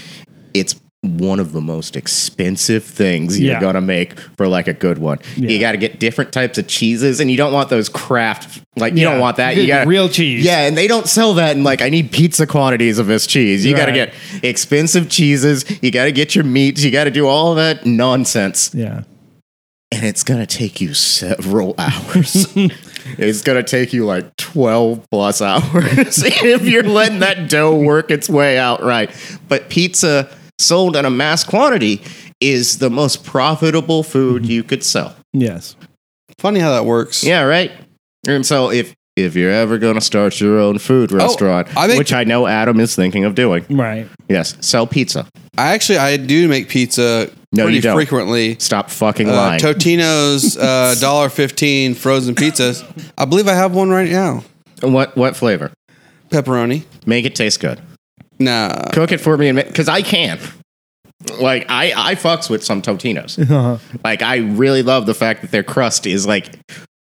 it's one of the most expensive things you're Yeah. gonna make for like a good one. You got to get different types of cheeses, and you don't want those craft like you Yeah. don't want that. You Good got real cheese. Yeah, and they don't sell that. And like, I need pizza quantities of this cheese. You got to Right. get expensive cheeses. You got to get your meats. You got to do all that nonsense Yeah. and it's gonna take you several hours. it's gonna take you like twelve plus hours if you're letting that dough work its way out right. But pizza sold in a mass quantity is the most profitable food you could sell. Yes. Funny how that works. Yeah, right. And so if if you're ever gonna start your own food restaurant, Oh, I think- which I know Adam is thinking of doing, Right. yes, sell pizza. I actually I do make pizza No, pretty you don't. frequently. Stop fucking Uh, lying. Totino's uh, dollar fifteen frozen pizzas. I believe I have one right now. what what flavor? Pepperoni. Make it taste good. Nah. cook it for me and because I can. Like I, I fucks with some Totinos. Uh-huh. like I really love the fact that their crust is like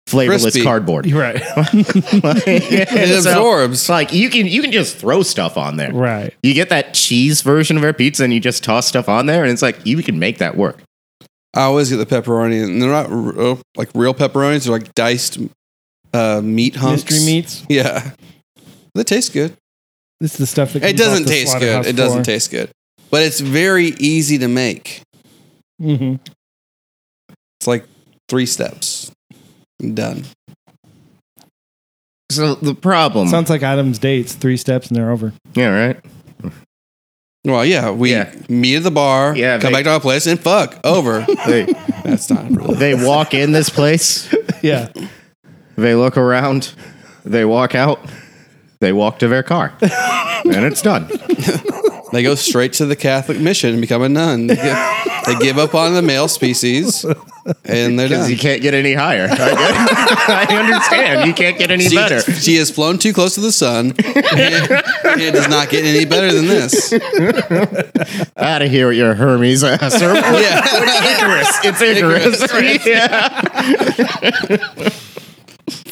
flavorless Crispy. cardboard. You're right. it absorbs. Like you can, you can just throw stuff on there. right. You get that cheese version of our pizza, and you just toss stuff on there, and it's like you can make that work. I always get the pepperoni, and they're not r- oh, like real pepperonis. They're like diced uh, meat hunks. Mystery meats. Yeah, they taste good. This is the stuff that It comes doesn't off the taste good. slaughterhouse It doesn't floor. taste good, but it's very easy to make. Mhm. Hmm. It's like three steps. Done. So the problem, Sounds like Adam's dates. Three steps and they're over. yeah, right. Well, yeah, we Yeah. meet at the bar. Yeah, come they- back to our place and fuck over. They, That's not really. they walk in this place, Yeah. they look around, they walk out, they walk to their car, and it's done. They go straight to the Catholic mission and become a nun. They give, they give up on the male species, and they're Because done. you can't get any higher. I understand. You can't get any she, better. She has flown too close to the sun. and it does not get any better than this. Out of here with your Hermes uh, ass. Or Yeah. Icarus. It's Icarus. yeah.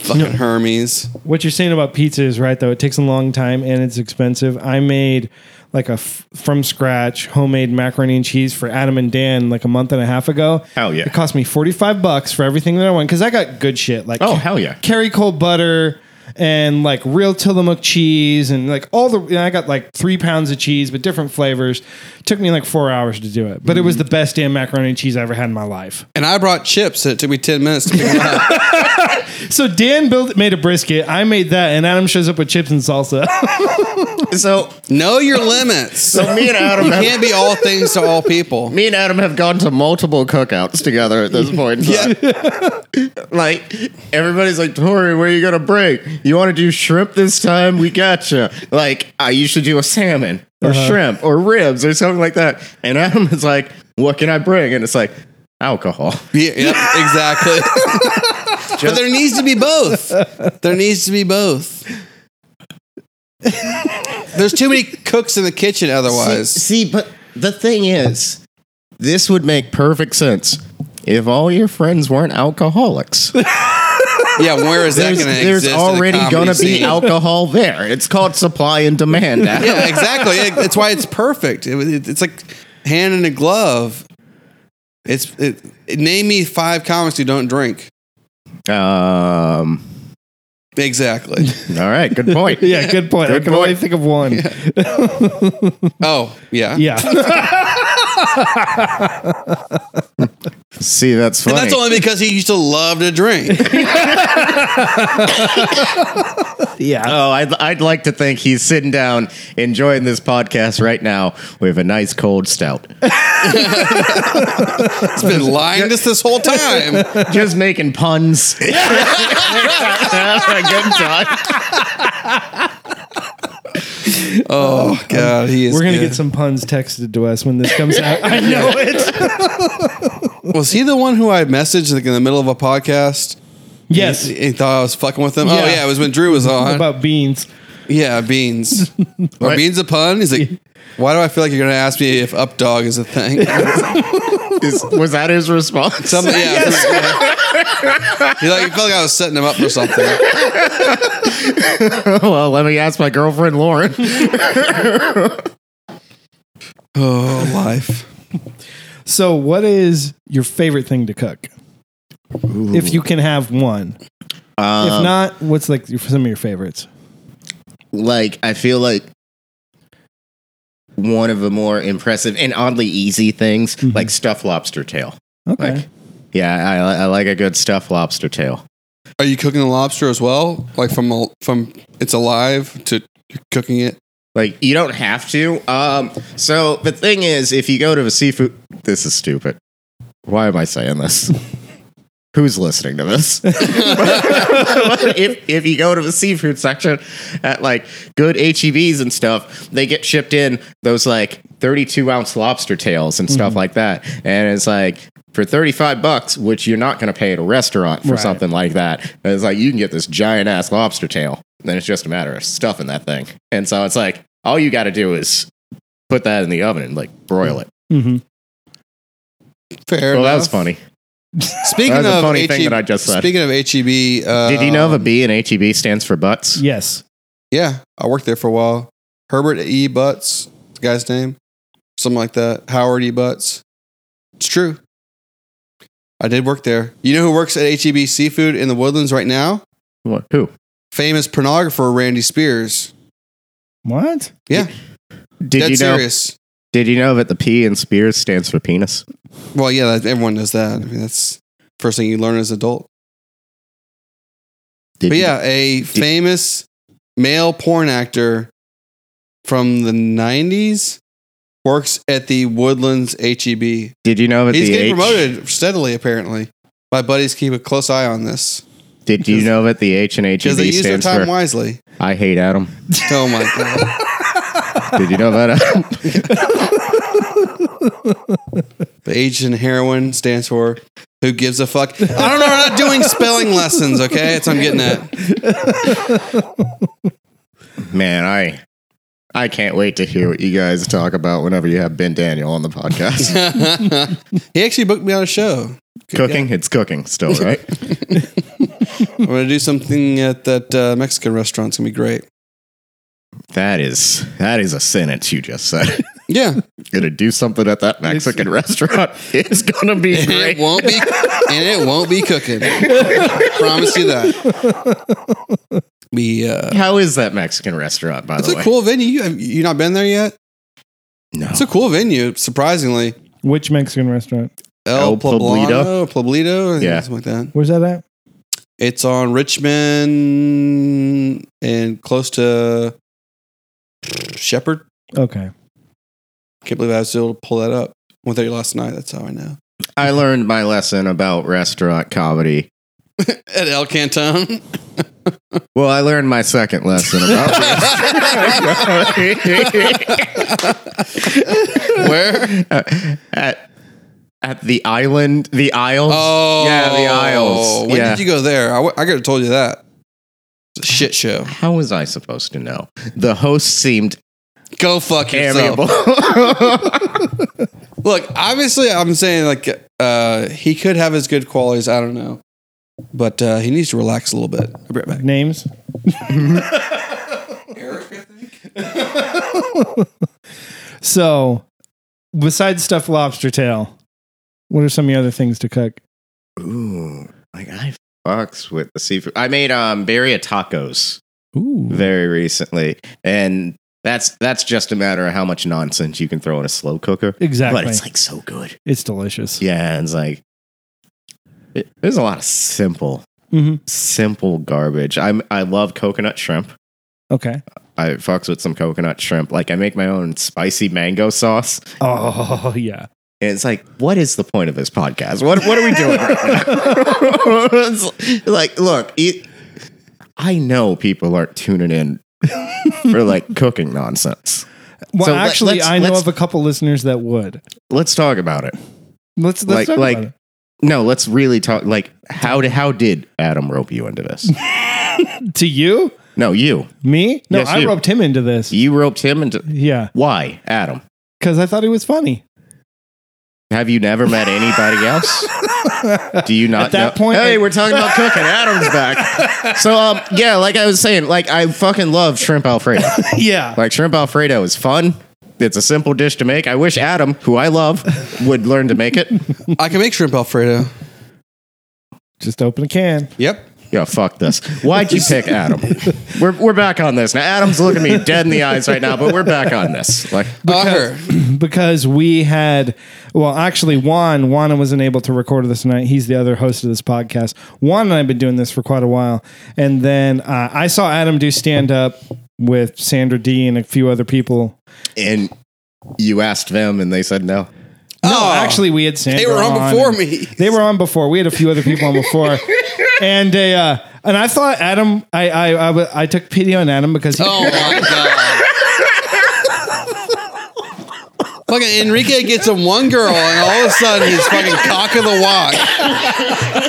Fucking Hermes. What you're saying about pizza is right, though. It takes a long time and it's expensive. I made like a f- from scratch homemade macaroni and cheese for Adam and Dan like a month and a half ago. Hell yeah. It cost me 45 bucks for everything that I wanted because I got good shit like Oh, hell yeah. Kerry Cole butter and like real Tillamook cheese and like all the and I got like three pounds of cheese but different flavors. Took me like four hours to do it, but Mm. it was the best damn macaroni and cheese I ever had in my life. And I brought chips, and it took me 10 minutes to pick them up. So Dan built made a brisket. I made that, and Adam shows up with chips and salsa. So, Know your limits. so me and Adam You have, can't be all things to all people. me and Adam have gone to multiple cookouts together at this point. in time. like everybody's like, Tori, where you gonna break? You want to do shrimp this time? We gotcha. Like I usually do a salmon or shrimp or ribs or something like that. And Adam is like, what can I bring? And it's like alcohol. Yeah, yep, exactly. but there needs to be both. There needs to be both. There's too many cooks in the kitchen otherwise. See, see, but the thing is, this would make perfect sense if all your friends weren't alcoholics. Yeah, where is that There's, going to there's exist? in the already comedy going to be scene? alcohol there. It's called supply and demand. Adam. Yeah, exactly. It- That's why it's perfect. It, it, it's like hand in a glove. It's it, it- name me five comics who don't drink. Um. Exactly. All right. Good point. yeah, good point. I Good can only point. think of one. Yeah. Oh yeah, See, that's And funny. that's only because he used to love to drink. Oh, I'd, I'd like to think he's sitting down enjoying this podcast right now with a nice cold stout. He's been lying to us this whole time. Just making puns. Having a good time. Oh God, he is. We're gonna good. get some puns texted to us when this comes out. I know it. Was he the one who I messaged like in the middle of a podcast? Yes, He, he thought I was fucking with him. Oh Yeah. yeah, it was when Drew was on. about beans. yeah, beans. Are beans a pun? He's like, why do I feel like you're gonna ask me if up dog is a thing? Is- was that his response? Something, yeah. He like he felt like I was setting him up for something. well, let me ask my girlfriend Lauren. Oh, life. So, what is your favorite thing to cook? If you can have one. if not, what's like your- some of your favorites? like I feel like one of the more impressive and oddly easy things, like stuffed lobster tail. Okay. Like, yeah, I, I like a good stuffed lobster tail. Are you cooking the lobster as well? Like from al- from it's alive to you're cooking it. Like you don't have to. Um, so the thing is, if you go to a seafood, this is stupid. Why am I saying this? Who's listening to this? if if you go to the seafood section at like good HEBs and stuff, they get shipped in those like 32 ounce lobster tails and stuff like that. And it's like for 35 bucks, which you're not going to pay at a restaurant for Right. something like that. And it's like you can get this giant ass lobster tail. Then it's just a matter of stuffing that thing. And so it's like all you got to do is put that in the oven and like broil it. Mm-hmm. Mm. Fair. Well, that enough. was funny. Speaking That was a of funny HEB, thing that I just said. Speaking of HEB, uh, Did you know the B in HEB stands for butts? Yes. Yeah, I worked there for a while. Herbert E. Butts, the guy's name, something like that. Howard E. Butts. It's true. I did work there. You know who works at HEB Seafood in the Woodlands right now? What? Who? Famous pornographer Randy Spears. What? Yeah, Did dead you know? serious. Did you know that the P in Spears stands for penis? Well, yeah, that, everyone knows that. I mean, that's first thing you learn as an adult. Did But you- yeah, a famous male porn actor from the '90s works at the Woodlands HEB. Did you know that He's the getting H, promoted steadily, apparently. My buddies keep a close eye on this Did you know that the H and because they HEB use their E stands time for wisely. I hate Adam? Oh my god! Did you know that? Adam? The H in heroin stands for who gives a fuck. I don't know. We're not doing spelling lessons, okay? That's what I'm getting at. Man, I I can't wait to hear what you guys talk about whenever you have Ben Daniel on the podcast. he actually booked me on a show. cooking, it's cooking still, right? I'm going to do something at that uh, Mexican restaurant. It's going to be great. that is that is a sentence you just said. Yeah. gonna do something at that Mexican restaurant. It's gonna be And it great. won't be and it won't be cooking. Promise you that. Be uh How is that Mexican restaurant, by It's the a way? cool venue. You have you not been there yet? no. It's a cool venue, surprisingly. Which Mexican restaurant? El, El Poblito? Poblito, Poblito, and Yeah. something like that. Where's that at? It's on Richmond and close to Shepherd. Okay. Can't believe I was able to pull that up. Went there last night. That's how I know. I learned my lesson about restaurant comedy. At El Canton. Well, I learned my second lesson about restaurant comedy. Where? Uh, at at the island, the Isles. Oh. yeah, the Isles. When yeah. did you go there? I, w- I could have told you that. It's a shit show. How was I supposed to know? The host seemed Go fuck yourself. amiable. Look, obviously, I'm saying like uh, he could have his good qualities. I don't know, but uh, he needs to relax a little bit. I'll be right back. Names? So, besides stuffed lobster tail, what are some of your other things to cook? Ooh, like I fucks with the seafood. I made um birria tacos Ooh. very recently, and that's that's just a matter of how much nonsense you can throw in a slow cooker. Exactly. But it's it's, like so good. delicious. Yeah, and it's like it, there's a lot of simple, hmm simple garbage. I'm I love coconut shrimp. Okay. I fucks with some coconut shrimp. Like I make my own spicy mango sauce. Oh, yeah. And it's like, what is the point of this podcast? What what are we doing? right now? It's like, look, it, I know people aren't tuning in for like cooking nonsense. Well, So let- actually, let's- I know let's- of a couple listeners that would. Let's talk about it. Let's, let's like talk like about it. no, let's really talk. Like how did how did Adam rope you into this? To you? no, you Me? No, Yes, I you. roped him into this. you roped him into Yeah. why Adam? Because I thought he was funny. Have you never met anybody else? Do you not At that know- point, Hey, I- we're talking about cooking. Adam's back. So um, yeah, like I was saying, like I fucking love shrimp alfredo. Yeah. Like shrimp alfredo is fun. It's a simple dish to make. I wish Adam, who I love, would learn to make it. I can make shrimp alfredo. Just open a can. Yep. Yeah, fuck this. Why'd you pick Adam? We're, we're back on this. Now Adam's looking me dead in the eyes right now, but we're back on this. Like Because, because we had well actually juan juan wasn't able to record this tonight he's the other host of this podcast juan and i've been doing this for quite a while and then uh, i saw adam do stand up with sandra d and a few other people and you asked them and they said no. no Oh. actually we had sandra They were on on before and- me. they were on before we had a few other people on before and they, uh and i thought adam i i i, w- I took pity on adam because he, Oh my god. fucking Enrique gets him one girl, and all of a sudden he's fucking cock of the walk.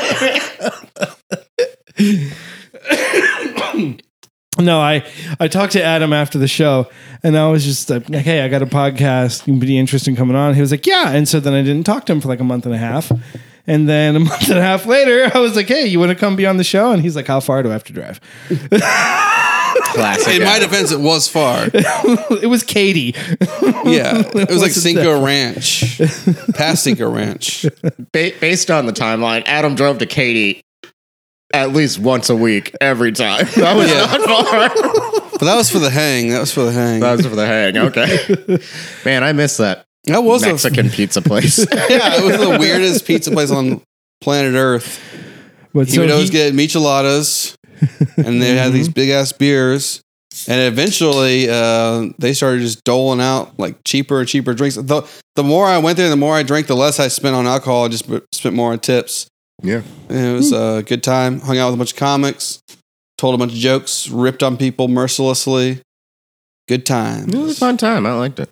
No, I I talked to Adam after the show, and I was just like, "Hey, I got a podcast. You'd be interested in coming on." He was like, "Yeah," and so then I didn't talk to him for like a month and a half, and then a month and a half later, I was like, "Hey, you want to come be on the show?" And he's like, "How far do I have to drive?" Classic. In my Adam. defense, it was far. it was Katie. Yeah, it was like What's it Cinco Ranch, past Cinco Ranch. Ba- based on the timeline, Adam drove to Katie at least once a week every time. That was Yeah. not far. But that was for the hang. That was for the hang. That was for the hang. Okay. Man, I miss that That was a Mexican pizza place. yeah, it was the weirdest pizza place on planet Earth. But He so would always he- get micheladas, and they had these big ass beers. And eventually, uh, they started just doling out like cheaper and cheaper drinks. The, the more I went there, the more I drank, the less I spent on alcohol. I just b- spent more on tips. yeah. And it was a good time. Hung out with a bunch of comics, told a bunch of jokes, ripped on people mercilessly. Good time. It was a fun time. I liked it.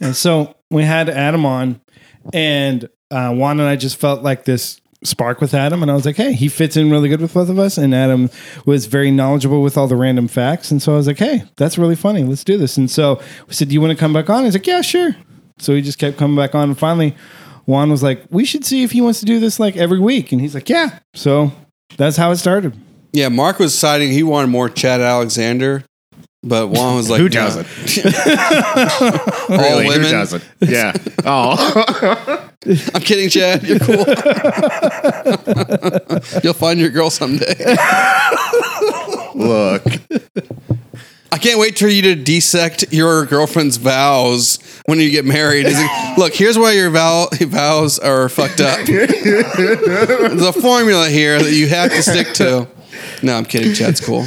And so we had Adam on, and uh, Juan and I just felt like this spark with Adam, and I was like, hey, he fits in really good with both of us. And Adam was very knowledgeable with all the random facts, and so I was like, hey, that's really funny. Let's do this. And so we said, do you want to come back on? He's like, yeah, sure. So he just kept coming back on, and finally, Juan was like, we should see if he wants to do this like every week, and he's like, yeah. So that's how it started. Yeah, Mark was citing he wanted more Chad Alexander, but Juan was like, Who "No." doesn't? All Really, women. who doesn't? Yeah. Oh, I'm kidding, Chad. You're cool. You'll find your girl someday. look. I can't wait for you to dissect your girlfriend's vows when you get married. It's like, Look, here's why your vow, vows are fucked up. There's a formula here that you have to stick to. No, I'm kidding. Chad's cool.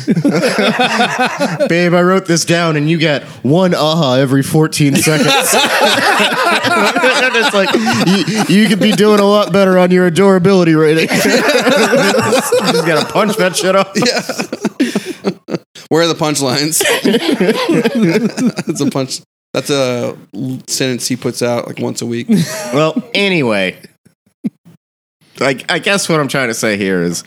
Babe, I wrote this down, and you get one aha every 14 seconds. and it's like, you, you could be doing a lot better on your adorability rating. you just gotta punch that shit up. Where are the punchlines? That's a punch. That's a sentence he puts out like once a week. Well, anyway, like I guess what I'm trying to say here is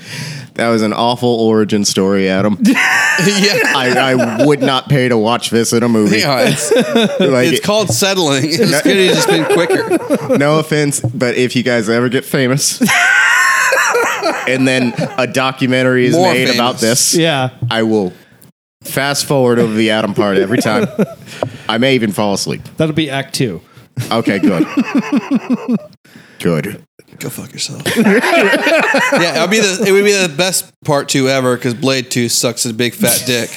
that was an awful origin story, Adam. yeah. I, I would not pay to watch this in a movie. Yeah, it's, Like, it's called settling. It's could have just been quicker. no offense, but if you guys ever get famous, and then a documentary is More made famous. about this, Yeah. I will fast forward over the Adam part every time. I may even fall asleep. That'll be act two. Okay, good, good. Go fuck yourself. yeah, it'll be the, it would be the best part two ever because Blade Two sucks his big fat dick.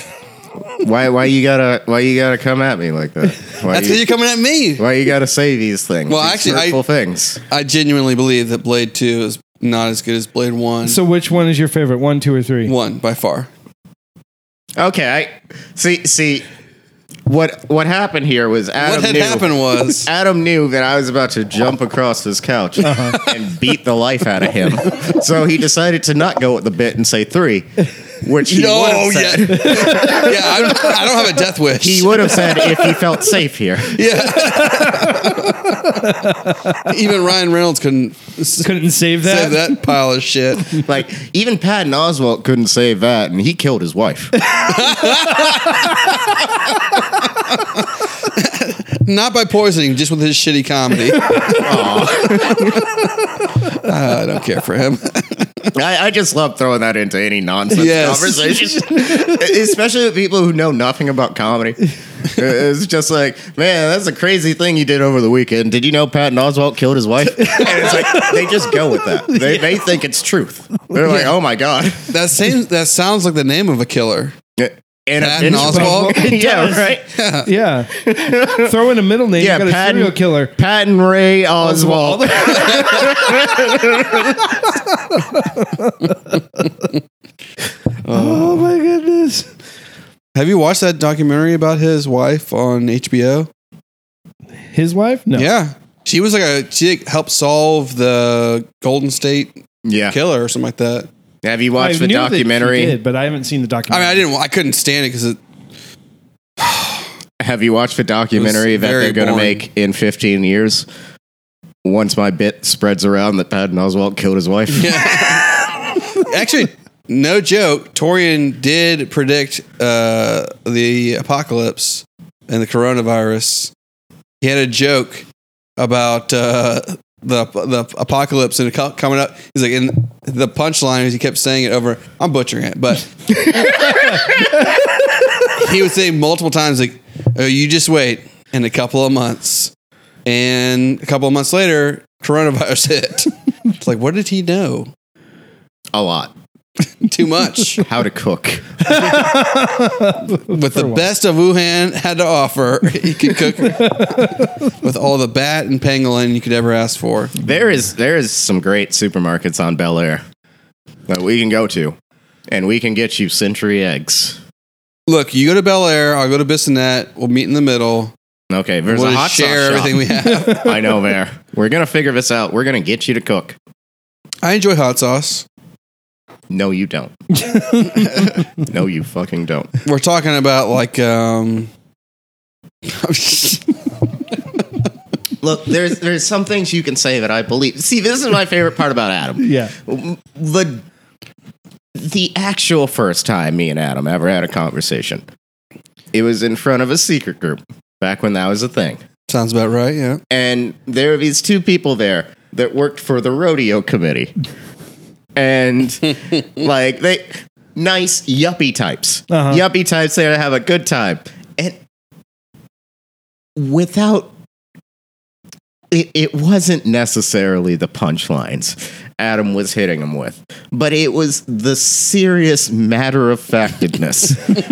Why why you gotta why you gotta come at me like that? Why That's you- because you're coming at me. Why you gotta say these things? Well, These actually, I- hurtful things. I genuinely believe that Blade Two is not as good as Blade One. So which one is your favorite? One, two, or three? one by far. Okay, I, see, see, what what happened here was Adam what had knew. happened was Adam knew that I was about to jump across his couch Uh-huh. and beat the life out of him, so he decided to not go with the bit and say three, which he would no, have yeah, said. yeah. I don't, I don't have a death wish. He would have said if he felt safe here. yeah. Even Ryan Reynolds couldn't Couldn't save that. save that pile of shit. Like even Patton Oswalt couldn't say that, and he killed his wife. Not by poisoning, just with his shitty comedy. I don't care for him. I, I just love throwing that into any nonsense Yes. conversation, especially with people who know nothing about comedy. It's just like, man, that's a crazy thing you did over the weekend. Did you know Patton Oswalt killed his wife? And it's like they just go with that. They, they think it's truth. They're like, oh my god. That same that sounds like the name of a killer. And Patton Oswalt? yeah, right. Yeah. Throw in a middle name. Yeah, you got a Patton- serial killer. Patton Ray Oswalt. Oh my goodness. Have you watched that documentary about his wife on HBO? His wife? No. Yeah. She was like a she helped solve the Golden State Yeah. killer or something like that. Have you I watched the knew that she documentary? did, but I haven't seen the I mean, documentary. I didn't I couldn't stand it because it Have you watched the documentary It was that very they're going to boring. make in 15 years? Once my bit spreads around that Patton Oswalt killed his wife. Actually, no joke. Torian did predict uh, the apocalypse and the coronavirus. He had a joke about uh, the the apocalypse and it co- coming up. He's like, and the punchline is he kept saying it over. I'm butchering it, but he would say multiple times, like, oh, "You just wait." In a couple of months, and a couple of months later, coronavirus hit. it's like, what did he know? A lot. too much. How to cook. With the best of Wuhan had to offer, he could cook with all the bat and pangolin you could ever ask for. There is there is some great supermarkets on Bel Air that we can go to, and we can get you century eggs. Look, you go to Bel Air, I'll go to Bissonette, we'll meet in the middle. Okay, there's we'll a hot sauce share shop. everything we have. I know there. We're gonna figure this out. We're gonna get you to cook. I enjoy hot sauce. No, you don't. no, you fucking don't. We're talking about like um Look, there's there's some things you can say that I believe. See, this is my favorite part about Adam. Yeah. the the actual first time me and Adam ever had a conversation, it was in front of a secret group back when that was a thing, Sounds about right. Yeah. and there were these two people there that worked for the rodeo committee, and like they nice yuppie types, Uh-huh. yuppie types there to have a good time, and without it, it wasn't necessarily the punchlines Adam was hitting him with, but it was the serious matter of factedness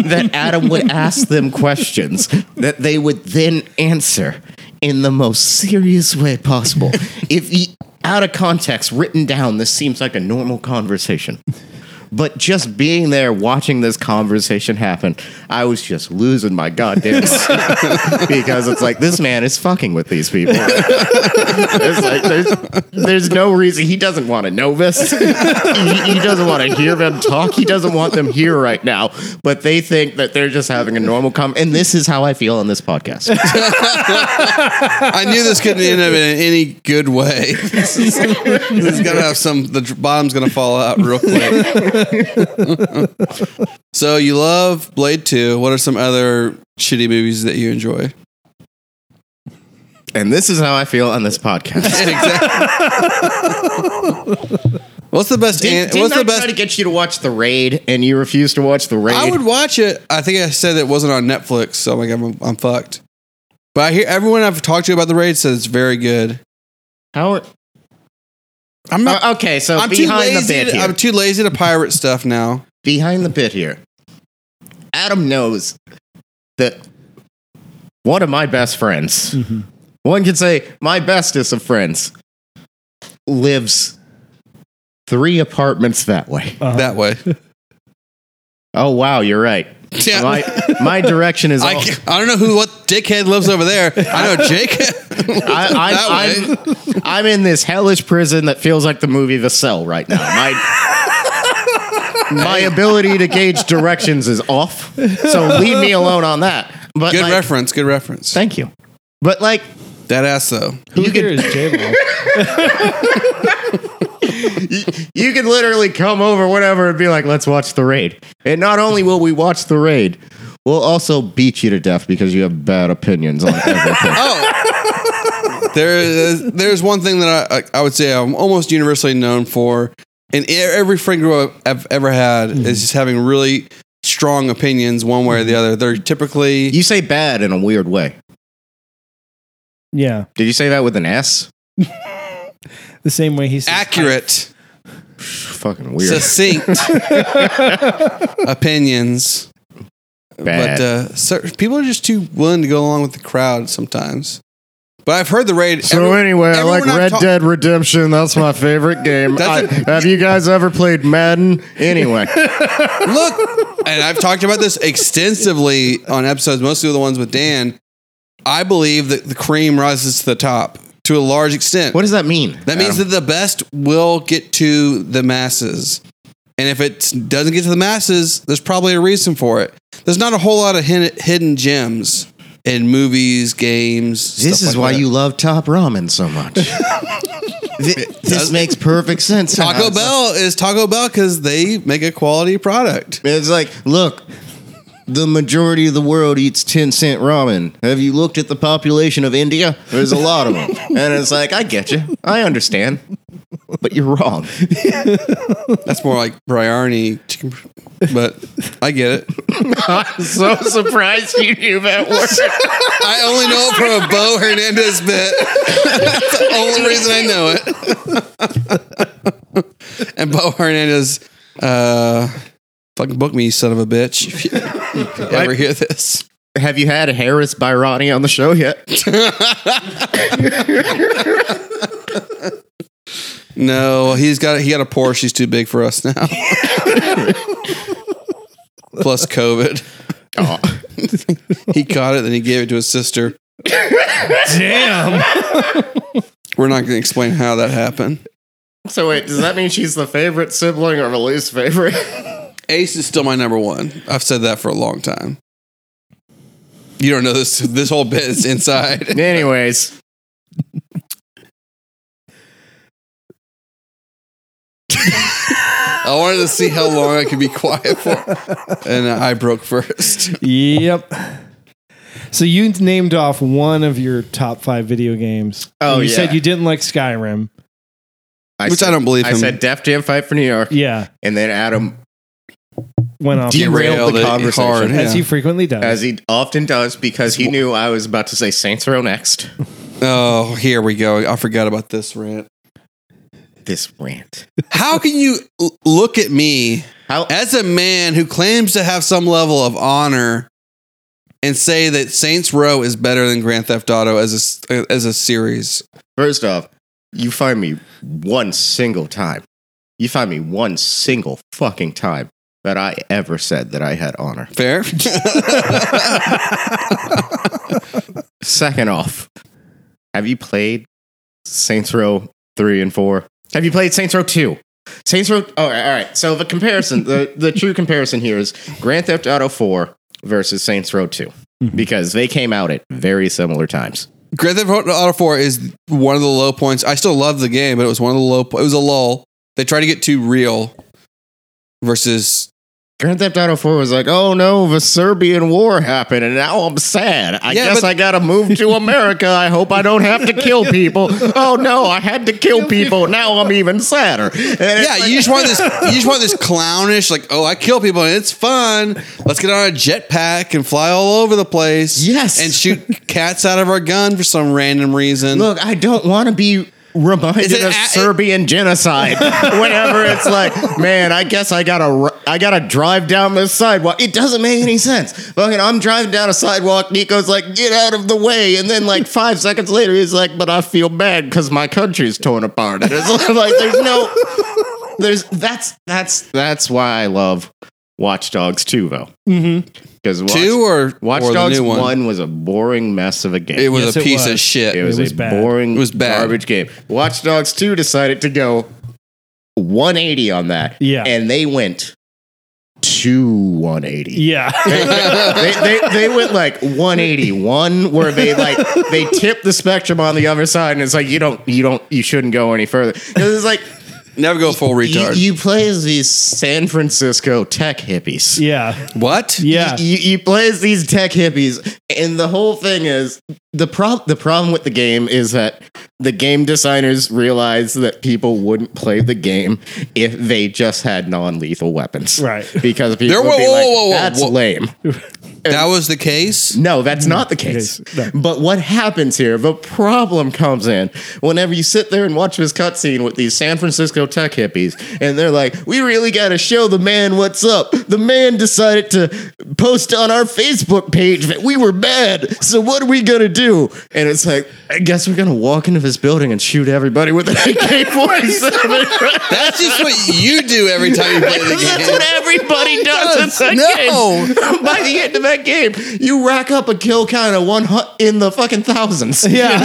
that Adam would ask them questions that they would then answer in the most serious way possible. If he, out of context, written down, this seems like a normal conversation. But just being there watching this conversation happen, I was just losing my goddamn mind. because it's like this man is fucking with these people. It's like there's there's no reason he doesn't want to know this. he, he doesn't want to hear them talk. He doesn't want them here right now. But they think that they're just having a normal com. And this is how I feel on this podcast. I knew this couldn't end up in any good way. this is going to have some, the dr- bottom's going to fall out real quick. so you love Blade 2. What are some other shitty movies that you enjoy? and this is how I feel on this podcast. exactly. what's the best? Did, an- didn't what's I the try best? to get you to watch the raid, and you refused to watch the raid? I would watch it. I think I said it wasn't on Netflix, so I'm like, I'm, I'm fucked. But I hear everyone I've talked to about the raid says it's very good. How are- I'm not. Uh, okay, so I'm too behind the lazy. bit To, here. I'm too lazy to pirate stuff now. behind the bit here. Adam knows that one of my best friends, one could say my bestest of friends, lives three apartments that way. That way, Oh wow, you're right. Yeah. My my direction is. I, all- I don't know who what dickhead lives over there. I know Jake. I, I, I'm, I'm in this hellish prison that feels like the movie The Cell right now. My, my ability to gauge directions is off, so leave me alone on that. But good like, reference. Good reference. Thank you. But like, That ass though. Who You here can- is J-Lo? you can literally come over whenever and be like, "Let's watch the raid." And not only will we watch the raid, we'll also beat you to death because you have bad opinions on everything. Oh, there is there's one thing that I I would say I'm almost universally known for, and e- every friend group I've ever had Mm-hmm. is just having really strong opinions one way or the other. They're typically you say bad in a weird way. Yeah. Did you say that with an S? The same way he says accurate, Fucking weird. succinct opinions, bad. but uh, cer people are just too willing to go along with the crowd sometimes. But I've heard the raid. So everyone- anyway, I everyone like I've Red talked- Dead Redemption. That's my favorite game. I, That's have you guys ever played Madden? Anyway, Look, and I've talked about this extensively on episodes, mostly the ones with Dan. I believe that the cream rises to the top to a large extent. what does that mean? that means that the best will get to the masses. And if it doesn't get to the masses, there's probably a reason for it. There's not a whole lot of hin- hidden gems in movies, games. This stuff is like why that. you love Top Ramen so much. Thi- this does- makes perfect sense. Taco Bell is Taco Bell because they make a quality product. It's like, look, the majority of the world eats 10 cent ramen. Have you looked at the population of India? There's a lot of them. And it's like, I get you. I understand. But you're wrong. That's more like biryani, chicken, but I get it. I'm so surprised you knew that word. I only know it from a Bo Hernandez bit. That's the only reason I know it. and Bo Hernandez, uh, fucking book me, you son of a bitch. If you, if you ever hear this? Have you had Harris Byrani on the show yet? No, he's got he got a Porsche. He's too big for us now. Plus COVID, Oh, he caught it, then he gave it to his sister. Damn. We're not going to explain how that happened. So wait, does that mean she's the favorite sibling or the least favorite? Ace is still my number one. I've said that for a long time. You don't know this. This whole bit is inside. Anyways, I wanted to see how long I could be quiet for, and I broke first. Yep. So you named off one of your top five video games. Oh, And you said yeah. you didn't like Skyrim. Which said- I don't believe I him. said Def Jam Fight for New York, Yeah, and then Adam, went off Derailed the it conversation. yeah. as he frequently does. as he often does, because he knew I was about to say Saints Row next. oh, here we go. I forgot about this rant. This rant. How can you l- look at me How as a man who claims to have some level of honor and say that Saints Row is better than Grand Theft Auto as a s- as a series? First off, you find me one single time. You find me one single fucking time that I ever said that I had honor. Fair. Second off, have you played Saints Row 3 and 4? Have you played Saints Row 2? Saints Row. oh, All right, all right. So the comparison, the, the true comparison here is Grand Theft Auto 4 versus Saints Row 2 because they came out at very similar times. Grand Theft Auto 4 is one of the low points. I still love the game, but it was one of the low po- it was a lull. They tried to get too real versus Grand Theft Auto 4 was like, oh no, the Serbian war happened and now I'm sad. I Yeah, guess but- I gotta move to America. I hope I don't have to kill people. Oh no, I had to kill people. Now I'm even sadder. And it's Yeah, like- you just want this you just want this clownish like, "Oh, I kill people and it's fun. Let's get on a jetpack and fly all over the place." Yes. And shoot cats out of our gun for some random reason. Look, I don't wanna be reminded Is it of a- it- Serbian genocide whenever it's like, man, I guess I gotta ru- I gotta drive down this sidewalk. It doesn't make any sense. Fucking I'm driving down a sidewalk, Nico's like, get out of the way, and then like five seconds later he's like, but I feel bad because my country's torn apart. And it's like there's no there's that's that's that's why I love Watch Dogs 2 though. Mm-hmm. Because Watch, 2 or Watch or Dogs the new 1. one. was a boring mess of a game. It was Yes, a it piece of was. shit. It was, was a bad. boring, It was bad. garbage game. Watch Dogs 2 decided to go 180 on that. Yeah. And they went to 180. yeah, they, they, they went like 181 where they like they tip the spectrum on the other side and it's like you don't you don't you shouldn't go any further 'Cause it's like Never go full you, retard. you play as these san francisco tech hippies yeah, what? yeah. you, you play as these tech hippies, and the whole thing is the prob- the problem with the game is that the game designers realized that people wouldn't play the game if they just had non lethal weapons, Right. Because people There- would be whoa, like, whoa, whoa, whoa, "That's whoa." lame." That was the case? No, that's not the case. Yes, But what happens here? The problem comes in whenever you sit there and watch this cutscene with these San Francisco tech hippies, and they're like, "We really got to show the man what's up." The man decided to post on our Facebook page that we were bad. So what are we gonna do? And it's like, I guess we're gonna walk into this building and shoot everybody with an AK-47. That's just what you do every time you play the game. That's what everybody does. in that No. game. By the end of that game, you rack up a kill count of one hu- in the fucking thousands. Yeah.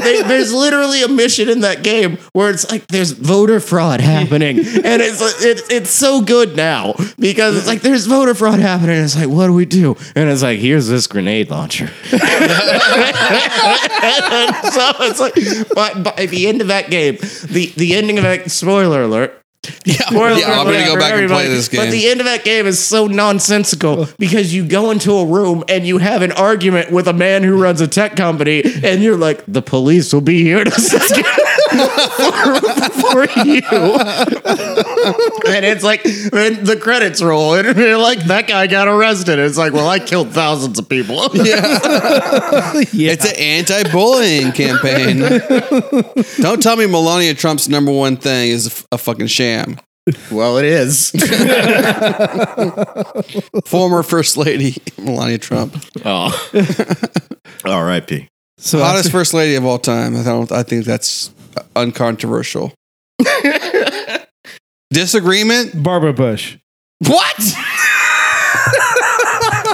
They- there's literally a mission in that game where it's like there's voter fraud happening, and it's like- it's it's so good now because it's like there's voter fraud happening. And it's like what do we do? And it's like here's this grenade launcher. so it's like by, by the end of that game, the the ending of that spoiler alert. Yeah, yeah, I'm going to go back and play this But the game. end of that game is so nonsensical because you go into a room and you have an argument with a man who runs a tech company, and you're like, the police will be here to for, for you. and it's like, and the credits roll, and you're like, that guy got arrested. It's like, well, I killed thousands of people. It's an anti-bullying campaign. Don't tell me Melania Trump's number one thing is a f- a fucking sham. well, it is. Former first lady Melania Trump, Oh. R.I.P. So hottest after, first lady of all time. I don't. I think that's uncontroversial. Disagreement? Barbara Bush. What?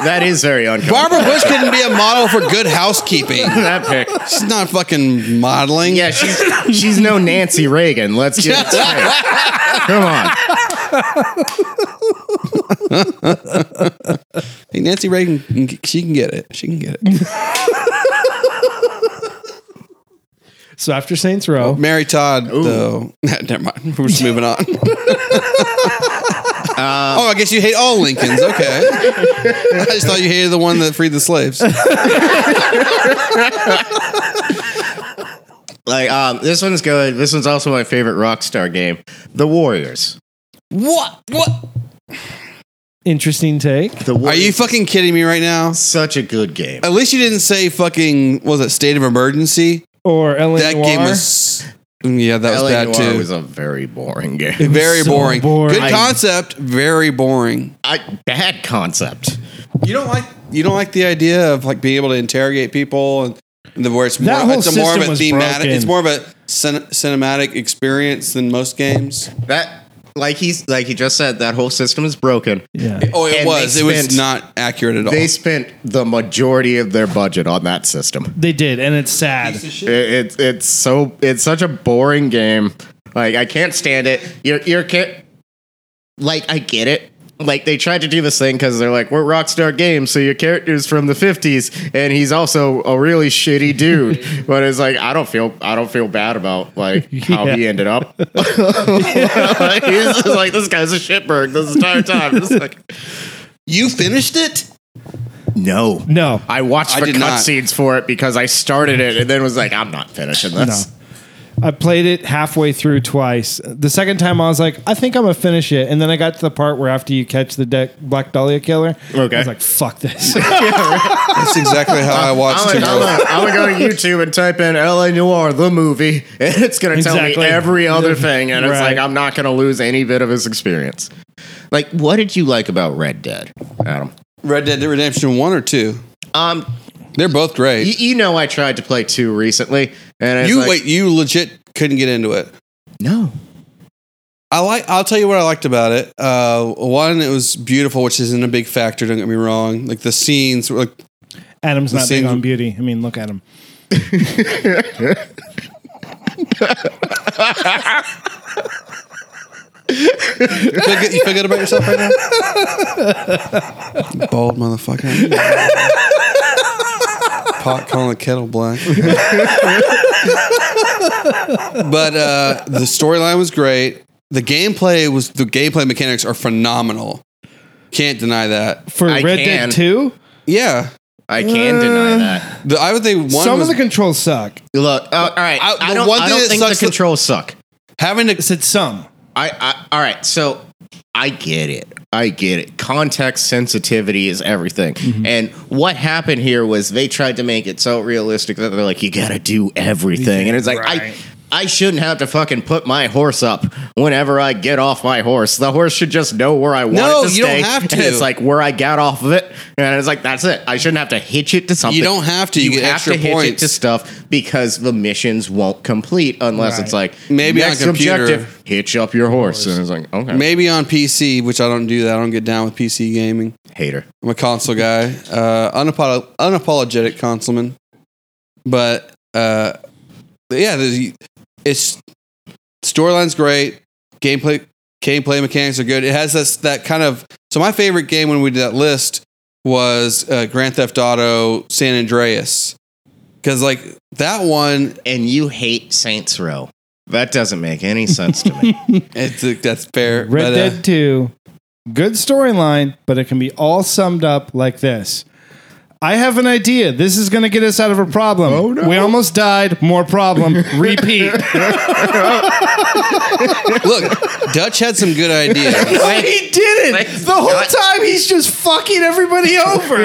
That is very uncomfortable. Barbara Bush couldn't be a model for good housekeeping. that pick. She's not fucking modeling. Yeah, she's she's no Nancy Reagan. Let's get it straight. Come on. Hey, Nancy Reagan, can- she can get it. She can get it. So after Saints Oh. Row, Mary Todd, though. Never mind. We're just moving on. Uh, oh, I guess you hate all Lincolns. Okay. I just thought you hated the one that freed the slaves. Like um, this one's good. This one's also my favorite Rockstar game, The Warriors. What? What? interesting take. The Are Warriors you fucking kidding me right now? such a good game? At least you didn't say fucking, what was it, state of emergency? Or LA That Noire. game was. Yeah, that was LA bad Noire too. was a very boring game. very so boring. boring. Good concept, very boring. I, bad concept. You don't like you don't like the idea of like being able to interrogate people and, and the where it's more That whole it's a more of system a was thematic broken. it's more of a cin- cinematic experience than most games. That like he's like he just said that whole system is broken. Yeah. Oh, it And was they it was spent- not accurate at all. They spent the majority of their budget on that system. They did, and it's sad. It, it's it's so it's such a boring game. Like I can't stand it. You're you're ca- like I get it. Like they tried to do this thing because they're like we're Rockstar Games, so your character's from the '50s, and he's also a really shitty dude. but it's like I don't feel I don't feel bad about like how he Yeah. ended up. like, he's just like this guy's a shitbird this entire time. It's like you finished it? no, No, I watched I for did not. cutscenes for it because I started it and then was like, I'm not finishing no. this. I played it halfway through twice. The second time, I was like, I think I'm gonna finish it, and then I got to the part where after you catch the deck Black Dahlia killer, Okay. I was like, fuck this. That's exactly how I watched I'm, it. gonna, I'm gonna go to YouTube and type in LA Noir, the movie, and it's gonna tell Exactly. me every other thing, and it's Right. like, I'm not gonna lose any bit of this experience. Like, what did you like about Red Dead, Adam? Red Dead Redemption one or two. Um, They're both you, great. you know, I tried to play two recently, and it's You like, wait, you legit couldn't get into it. no, I like. I'll tell you what I liked about it. Uh, one, it was beautiful, which isn't a big factor. Don't get me wrong. Like the scenes, were, like Adam's The not big same- on beauty. I mean, look at him. you feel good, you feel good about yourself right now. Bald motherfucker. Pot calling the kettle black. but uh, the storyline was great. The gameplay was the gameplay mechanics are phenomenal. Can't deny that. For I Red can. Dead Two, Yeah, I can Uh, deny that. the, I would think one some was of the controls suck. Look, uh, all right, I- I, the don't, one I thing don't that think the sucks- controls suck. having to I said some. I, I all right. So I get it. I get it. Context sensitivity is everything. Mm-hmm. And what happened here was they tried to make it so realistic that they're like, you got to do everything, and it's like Right. I. I shouldn't have to fucking put my horse up whenever I get off my horse. The horse should just know where I want No, it to you don't stay. have and to. it's like where I got off of it, and it's like that's it. I shouldn't have to hitch it to something. don't have to. You get have extra to hitch points. it to stuff because the missions won't complete unless it's like Maybe on next computer. objective hitch up your horse. And it's like, okay. maybe on PC, which I don't do that. I don't get down with PC gaming. Hater. I'm a console guy, uh, unapo- unapologetic consoleman. But uh, yeah, there's, it's storyline's great. Gameplay gameplay mechanics are good. It has this that kind of. So my favorite game when we did that list was uh, Grand Theft Auto San Andreas because like that one, And you hate Saints Row. That doesn't make any sense to me. it's, that's fair. Red but, uh, Dead Two, good storyline, but it can be all summed up like this. I have an idea. This is going to get us out of a problem. Oh, no. We almost died. More problem. Repeat. uh, Look, Dutch had some good ideas. he didn't. The whole time he's just fucking everybody over.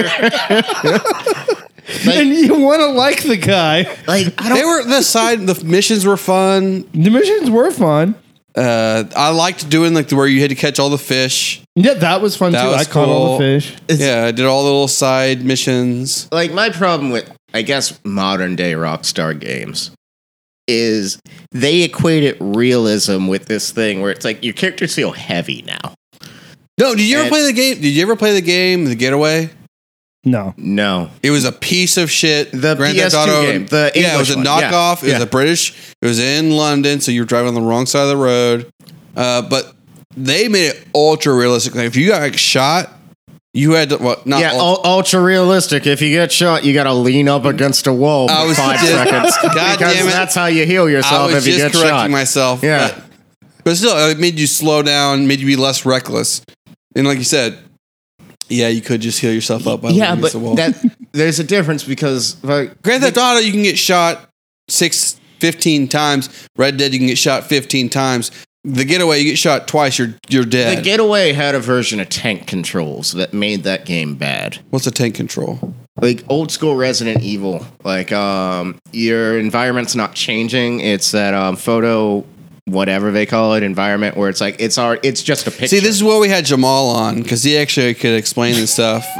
and you want to like the guy. Like I They don't. were the side. The missions were fun. The missions were fun. Uh, I liked doing like the where you had to catch all the fish. Yeah, that was fun That too. was I caught all cool. the fish. yeah, I did all the little side missions. Like my problem with, I guess, modern day Rockstar games is they equated realism with this thing where it's like your characters feel heavy now. No, did you ever And- play the game? Did you ever play the game The Getaway? No. No. It was a piece of shit. The PS2 game, the yeah, it was a English one, yeah, knockoff. It yeah. was a British. It was in London, so you were driving on the wrong side of the road. Uh, but they made it ultra realistic. Like if you got like, shot, You had to, well, not yeah, all- ul- ultra realistic. If you get shot, you got to lean up against a wall for I was five just- seconds God because damn it. that's how you heal I yourself was if you just get correcting shot. myself. Yeah. But, but still, it made you slow down, made you be less reckless. And like you said, yeah, you could just heal yourself up by leaning yeah, but against the wall. that there's a difference because like Grand Theft Auto, you can get shot six, 15 times. Red Dead, you can get shot 15 times. The Getaway, you get shot twice, you're, you're dead. the Getaway had a version of tank controls that made that game bad. What's a tank control? like old school Resident Evil. Like um, your environment's not changing. It's that um, photo, whatever they call it, environment where it's like it's our, it's just a picture. See, this is what we had Jamal on because he actually could explain this stuff uh,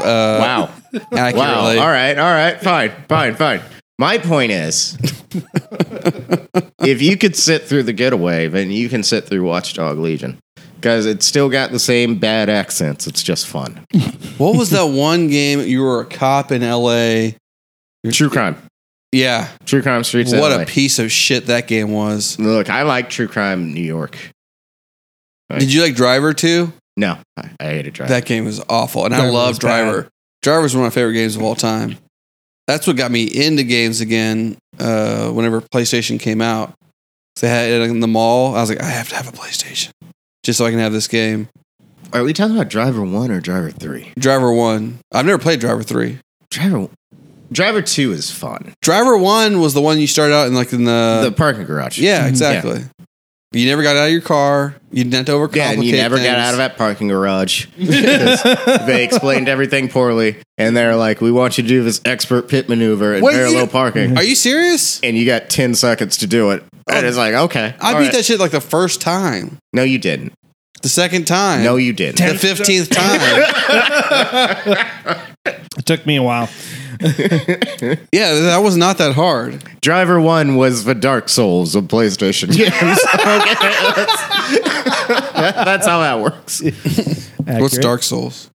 wow, accurately. wow. All right, all right, fine, fine, fine. My point is, if you could sit through the getaway, then you can sit through Watchdog Legion. Because it's still got the same bad accents. It's just fun. What was that one game? You were a cop in LA. True crime. Yeah. True crime streets. what LA. a piece of shit that game was. Look, I like true crime New York. Right. Did you like Driver too? No, I, I hate to drive. That game was awful, and I Driver love was bad. Driver. Driver is one of my favorite games of all time. That's what got me into games again. Uh, whenever PlayStation came out, they had it in the mall. I was like, I have to have a PlayStation just so I can have this game. Are we talking about Driver One or Driver Three? Driver One. I've never played Driver Three. Driver Driver Two is fun. Driver One was the one you started out in, like in the, the parking garage. Uh, yeah, exactly. You never got out of your car. You didn't have to overcomplicate. Yeah, and you never got things. out of that parking garage. 'Cause they explained everything poorly, and they're like, "We want you to do this expert pit maneuver in What, very you- low parking," Are you serious? and you got ten seconds to do it. And it's like, okay, I all beat right. that shit like the first time, No, you didn't. the second time, No, you didn't. the fifteenth time. It took me a while. Yeah, that was not that hard. Driver One was the Dark Souls of PlayStation games. that's, that's how that works. What's Accurate. Dark Souls?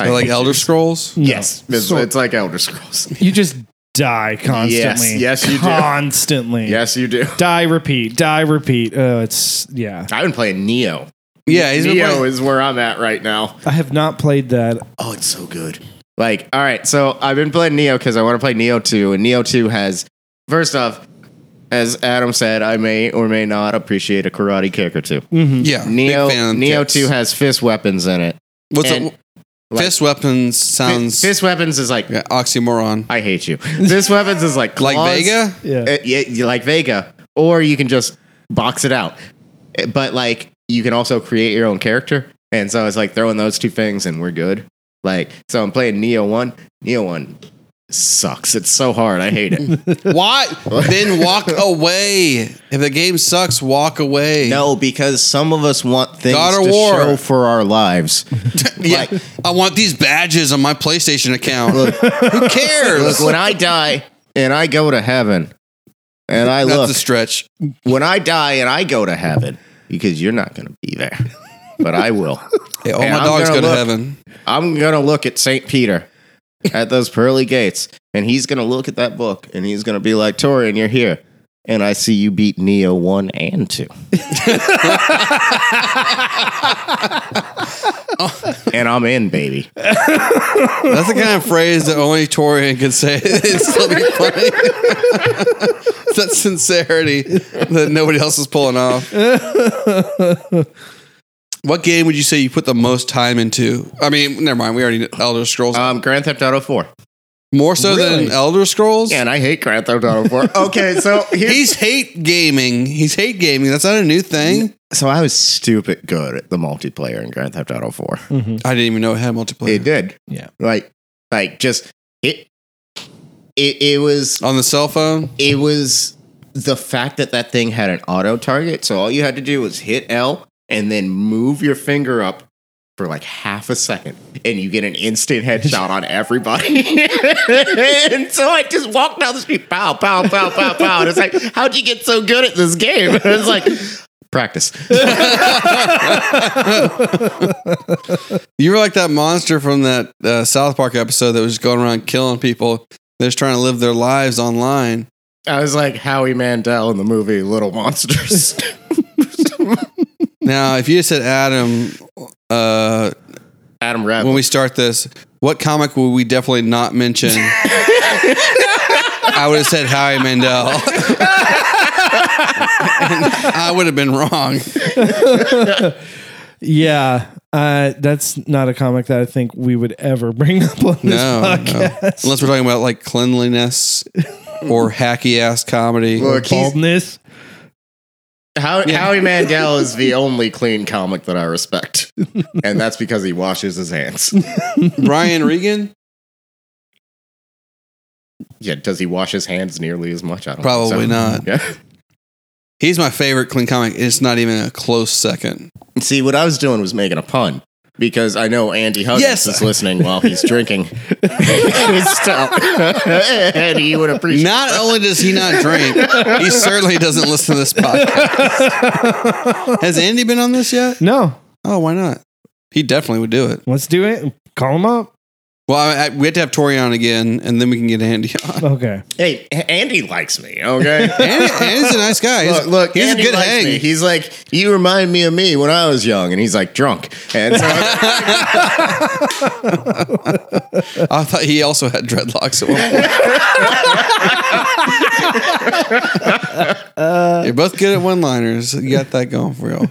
I They're like hate Elder Scrolls? Yes. It's, So- it's like Elder Scrolls. you just die constantly. yes, you do. Constantly. Yes, you do. Die, repeat, die, repeat. Oh, it's, yeah. I've been playing Neo. Yeah, he's been Neo playing. is where I'm at right now. I have not played that. Oh, it's so good. Like, all right, so I've been playing Neo because I want to play Neo 2, and Neo 2 has, first off, as Adam said, I may or may not appreciate a karate kick or 2 yeah, Neo big fan of Neo kicks. 2 has fist weapons in it. What's and, up? Fist weapons sounds Fist weapons is like, yeah, oxymoron. I hate you. Fist weapons is like Like claws. Vega? Yeah. Uh, yeah, you like Vega, or you can just box it out. Uh, But like, you can also create your own character, and so it's like throwing those two things, and we're good. Like, so I'm playing Neo One. Neo One sucks. It's so hard. I hate it. Why? then walk away. If the game sucks, walk away. no, because some of us want things God of to War. show for our lives. Yeah, like- I want these badges on my PlayStation account. Look, Who cares? look, when I die and I go to heaven, and I That's look a stretch. when I die and I go to heaven, because you're not going to be there, but I will. Hey, all Hey, my I'm dogs go gonna to look. heaven. I'm gonna look at Saint Peter at those pearly gates, and he's gonna look at that book, and he's gonna be like, "Torian, you're here." And I see you beat Neo one and two. and I'm in, baby. That's the kind of phrase that only Torian can say. It's still be funny. It's that sincerity that nobody else is pulling off. What game would you say you put the most time into? I mean, never mind. We already Elder Scrolls Um, Grand Theft Auto Four. more so really? than Elder Scrolls. And I hate Grand Theft Auto Four. Okay, so here's He's hate gaming. He's hate gaming. That's not a new thing. so I was stupid good at the multiplayer in Grand Theft Auto Four. I didn't even know it had multiplayer It did. Yeah. Like, like just it. It it was on the cell phone. it was the fact that that thing had an auto target. So all you had to do was hit L and then move your finger up for like half a second, and you get an instant headshot on everybody. and so I just walked down the street, pow, pow, pow, pow, pow. And it's like, how'd you get so good at this game? And it's like, practice. You were like that monster from that uh, South Park episode that was just going around killing people. They're just trying to live their lives online. I was like Howie Mandel in the movie Little Monsters. Now, if you just said Adam, uh, Adam Rapp. when we start this, what comic will we definitely not mention? I would have said Howie Mandel. And I would have been wrong. Yeah, uh, that's not a comic that I think we would ever bring up on this No, no. podcast. Unless we're talking about like cleanliness or hacky ass comedy. Look, he's- Baldness. How, Howie Mandel is the only clean comic that I respect, and that's because he washes his hands. Brian Regan? Yeah, does he wash his hands nearly as much? I don't Probably think so. not. Yeah. He's my favorite clean comic. It's not even a close second. See, what I was doing was making a pun because I know Andy Huggins Yes. is listening while he's drinking his stout, and he would appreciate. Not only does he not drink, he certainly doesn't listen to this podcast. Has Andy been on this yet? No, Oh, why not? He definitely would do it. let's do it. Call him up. Well, I, I, we have to have Tori on again, and then we can get Andy on. Okay. Hey, A- Andy likes me. Okay. Andy, Andy's a nice guy. He's, Look, look, he's Andy a good likes hang. me. He's like, you remind me of me when I was young, and he's like drunk. And so I thought he also had dreadlocks at one point. You're both good at one-liners. You got that going for you.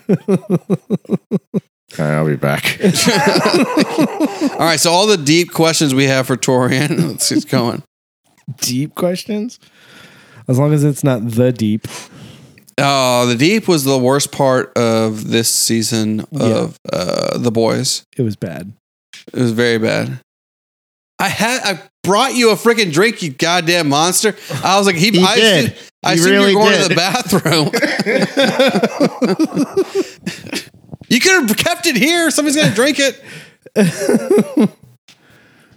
I'll be back. All right, so all the deep questions we have for Torian. Let's get going. Deep questions. As long as it's not the deep. Oh, the deep was the worst part of this season of uh, The Boys. It was bad. It was very bad. I had I brought you a freaking drink, you goddamn monster. I was like, he, I did. assume- I He assume really you're going to did. the bathroom. you could have kept it here. Somebody's gonna drink it.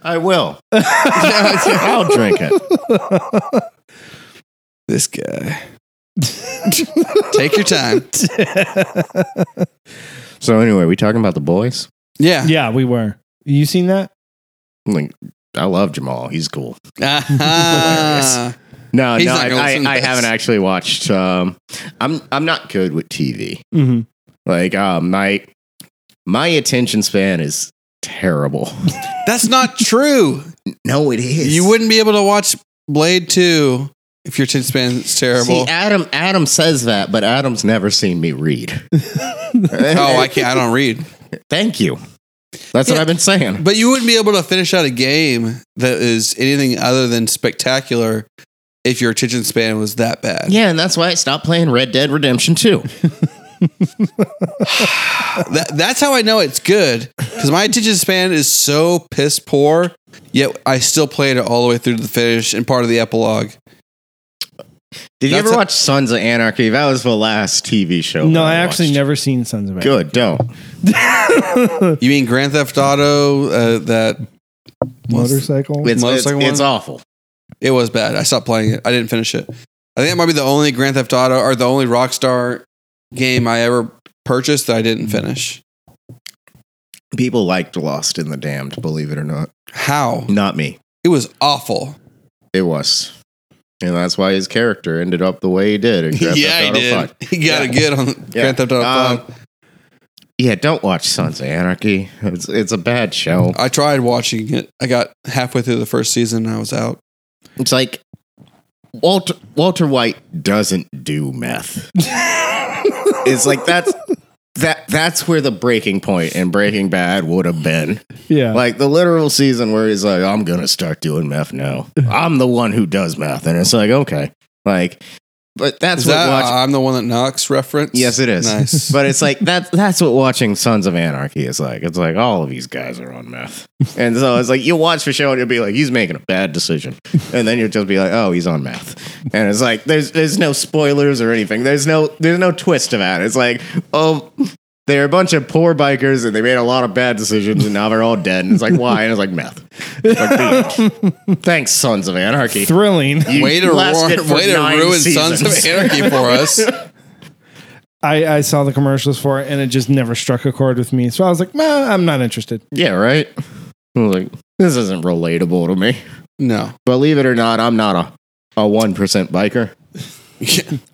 I will. I'll drink it. This guy. Take your time. So anyway, we talking about the boys? Yeah. Yeah, we were. You seen that? I'm Like, I love Jamal. He's cool. Uh-huh. Ah. No, He's no, not I, gonna I, listen to I this. haven't actually watched. Um, I'm I'm not good with TV. Mm-hmm. Like, uh, my my attention span is terrible. That's not true. No, it is. You wouldn't be able to watch Blade 2 if your attention span is see terrible. Adam. Adam says that, but Adam's never seen me read. oh, I can't I don't read. Thank you. That's what Yeah. I've been saying. But you wouldn't be able to finish out a game that is anything other than spectacular if your attention span was that bad. Yeah, and that's why I stopped playing Red Dead Redemption 2. That, that's how I know it's good because my attention span is so piss poor, yet I still played it all the way through to the finish and part of the epilogue. Did you That's ever a- watch Sons of Anarchy? That was the last TV show. No, that I actually Oh, watched. never seen Sons of Anarchy. Good, don't. You mean Grand Theft Auto? Uh, that Motorcycle. It's, it's, Motorcycle it's one? awful. it was bad. I stopped playing it. I didn't finish it. I think it might be the only Grand Theft Auto or the only Rockstar game I ever purchased that I didn't finish. People liked Lost in the Damned, believe it or not. How? Not me. It was awful. It was. And that's why his character ended up the way he did. in Grand yeah, Theft he Auto did. 5. He got it Yeah. good on Yeah. Grand Theft Auto Um, 5. Yeah, don't watch Sons of Anarchy. It's, it's a bad show. I tried watching it. I got halfway through the first season and I was out. It's like Walter Walter White doesn't do meth. it's like that's that that's where the breaking point in Breaking Bad would have been. Yeah. Like the literal season where he's like, I'm gonna start doing meth now. I'm the one who does meth. And it's like, okay. Like but that's Is what that uh, watch- I'm the one that Knox referenced? Yes, it is. Nice. But it's like that that's what watching Sons of Anarchy is like. It's like all of these guys are on meth. And so it's like you'll watch the show and you'll be like, he's making a bad decision. And then you'll just be like, oh, he's on meth. And it's like there's there's no spoilers or anything. There's no there's no twist about it. It's like, oh, they're a bunch of poor bikers and they made a lot of bad decisions and now they're all dead. And it's like, why? And it's like meth. It's like, dude, thanks, Sons of Anarchy. Thrilling. You way to, lasted ruin for way to nine ruin seasons. Sons of Anarchy for us. I, I saw the commercials for it and it just never struck a chord with me. So I was like, nah, I'm not interested. Yeah, right. I was like, this isn't relatable to me. no. Believe it or not, I'm not a a one percent biker.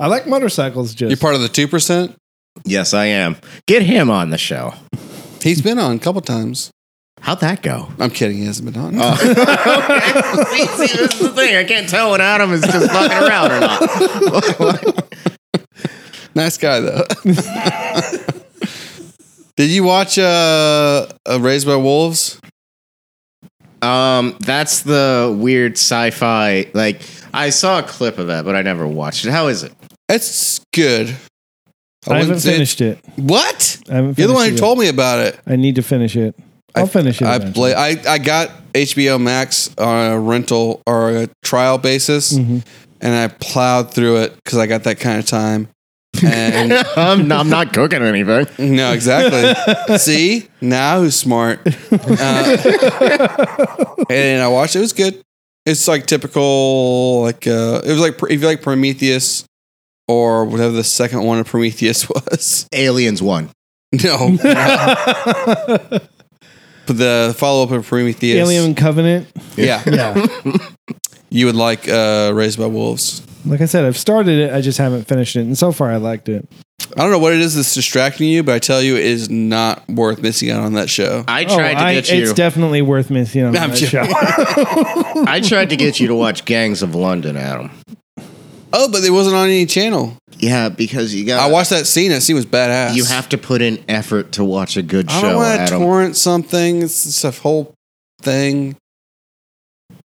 I like motorcycles just. You're part of the 2%? Yes, I am. Get him on the show. He's been on a couple times. How'd that go? I'm kidding. He hasn't been on. Uh. see, see, this is the thing. I can't tell when Adam is just fucking around or not. nice guy though. Did you watch uh, uh, Raised by Wolves? Um, that's the weird sci-fi. Like, I saw a clip of that, but I never watched it. How is it? It's good. I, haven't wouldn't say- finished it. What? I haven't You're finished the one it who yet. told me about it. I need to finish it. I'll finish it. I eventually. play. I, I got HBO Max on a rental or a trial basis, Mhm. and I plowed through it because I got that kind of time. And I'm, I'm not cooking anything. no, exactly. See now who's smart? Uh, and I watched. It It was good. It's like typical. Like uh, it was like if you like Prometheus or whatever the second one of Prometheus was. Aliens one. No, but the follow up of Prometheus. Alien Covenant. Yeah. Yeah. You would like uh, Raised by Wolves. like I said, I've started it. I just haven't finished it, and so far I liked it. I don't know what it is that's distracting you, but I tell you, it is not worth missing out on that show. I tried to Oh, I- get It's you. definitely worth missing on I'm that joking. show. I tried to get you to watch Gangs of London, Adam. Oh, but it wasn't on any channel. Yeah, because you got. I watched that scene. That scene was badass. Uh, You have to put in effort to watch a good I show, don't want to Adam. torrent something. It's, it's a whole thing.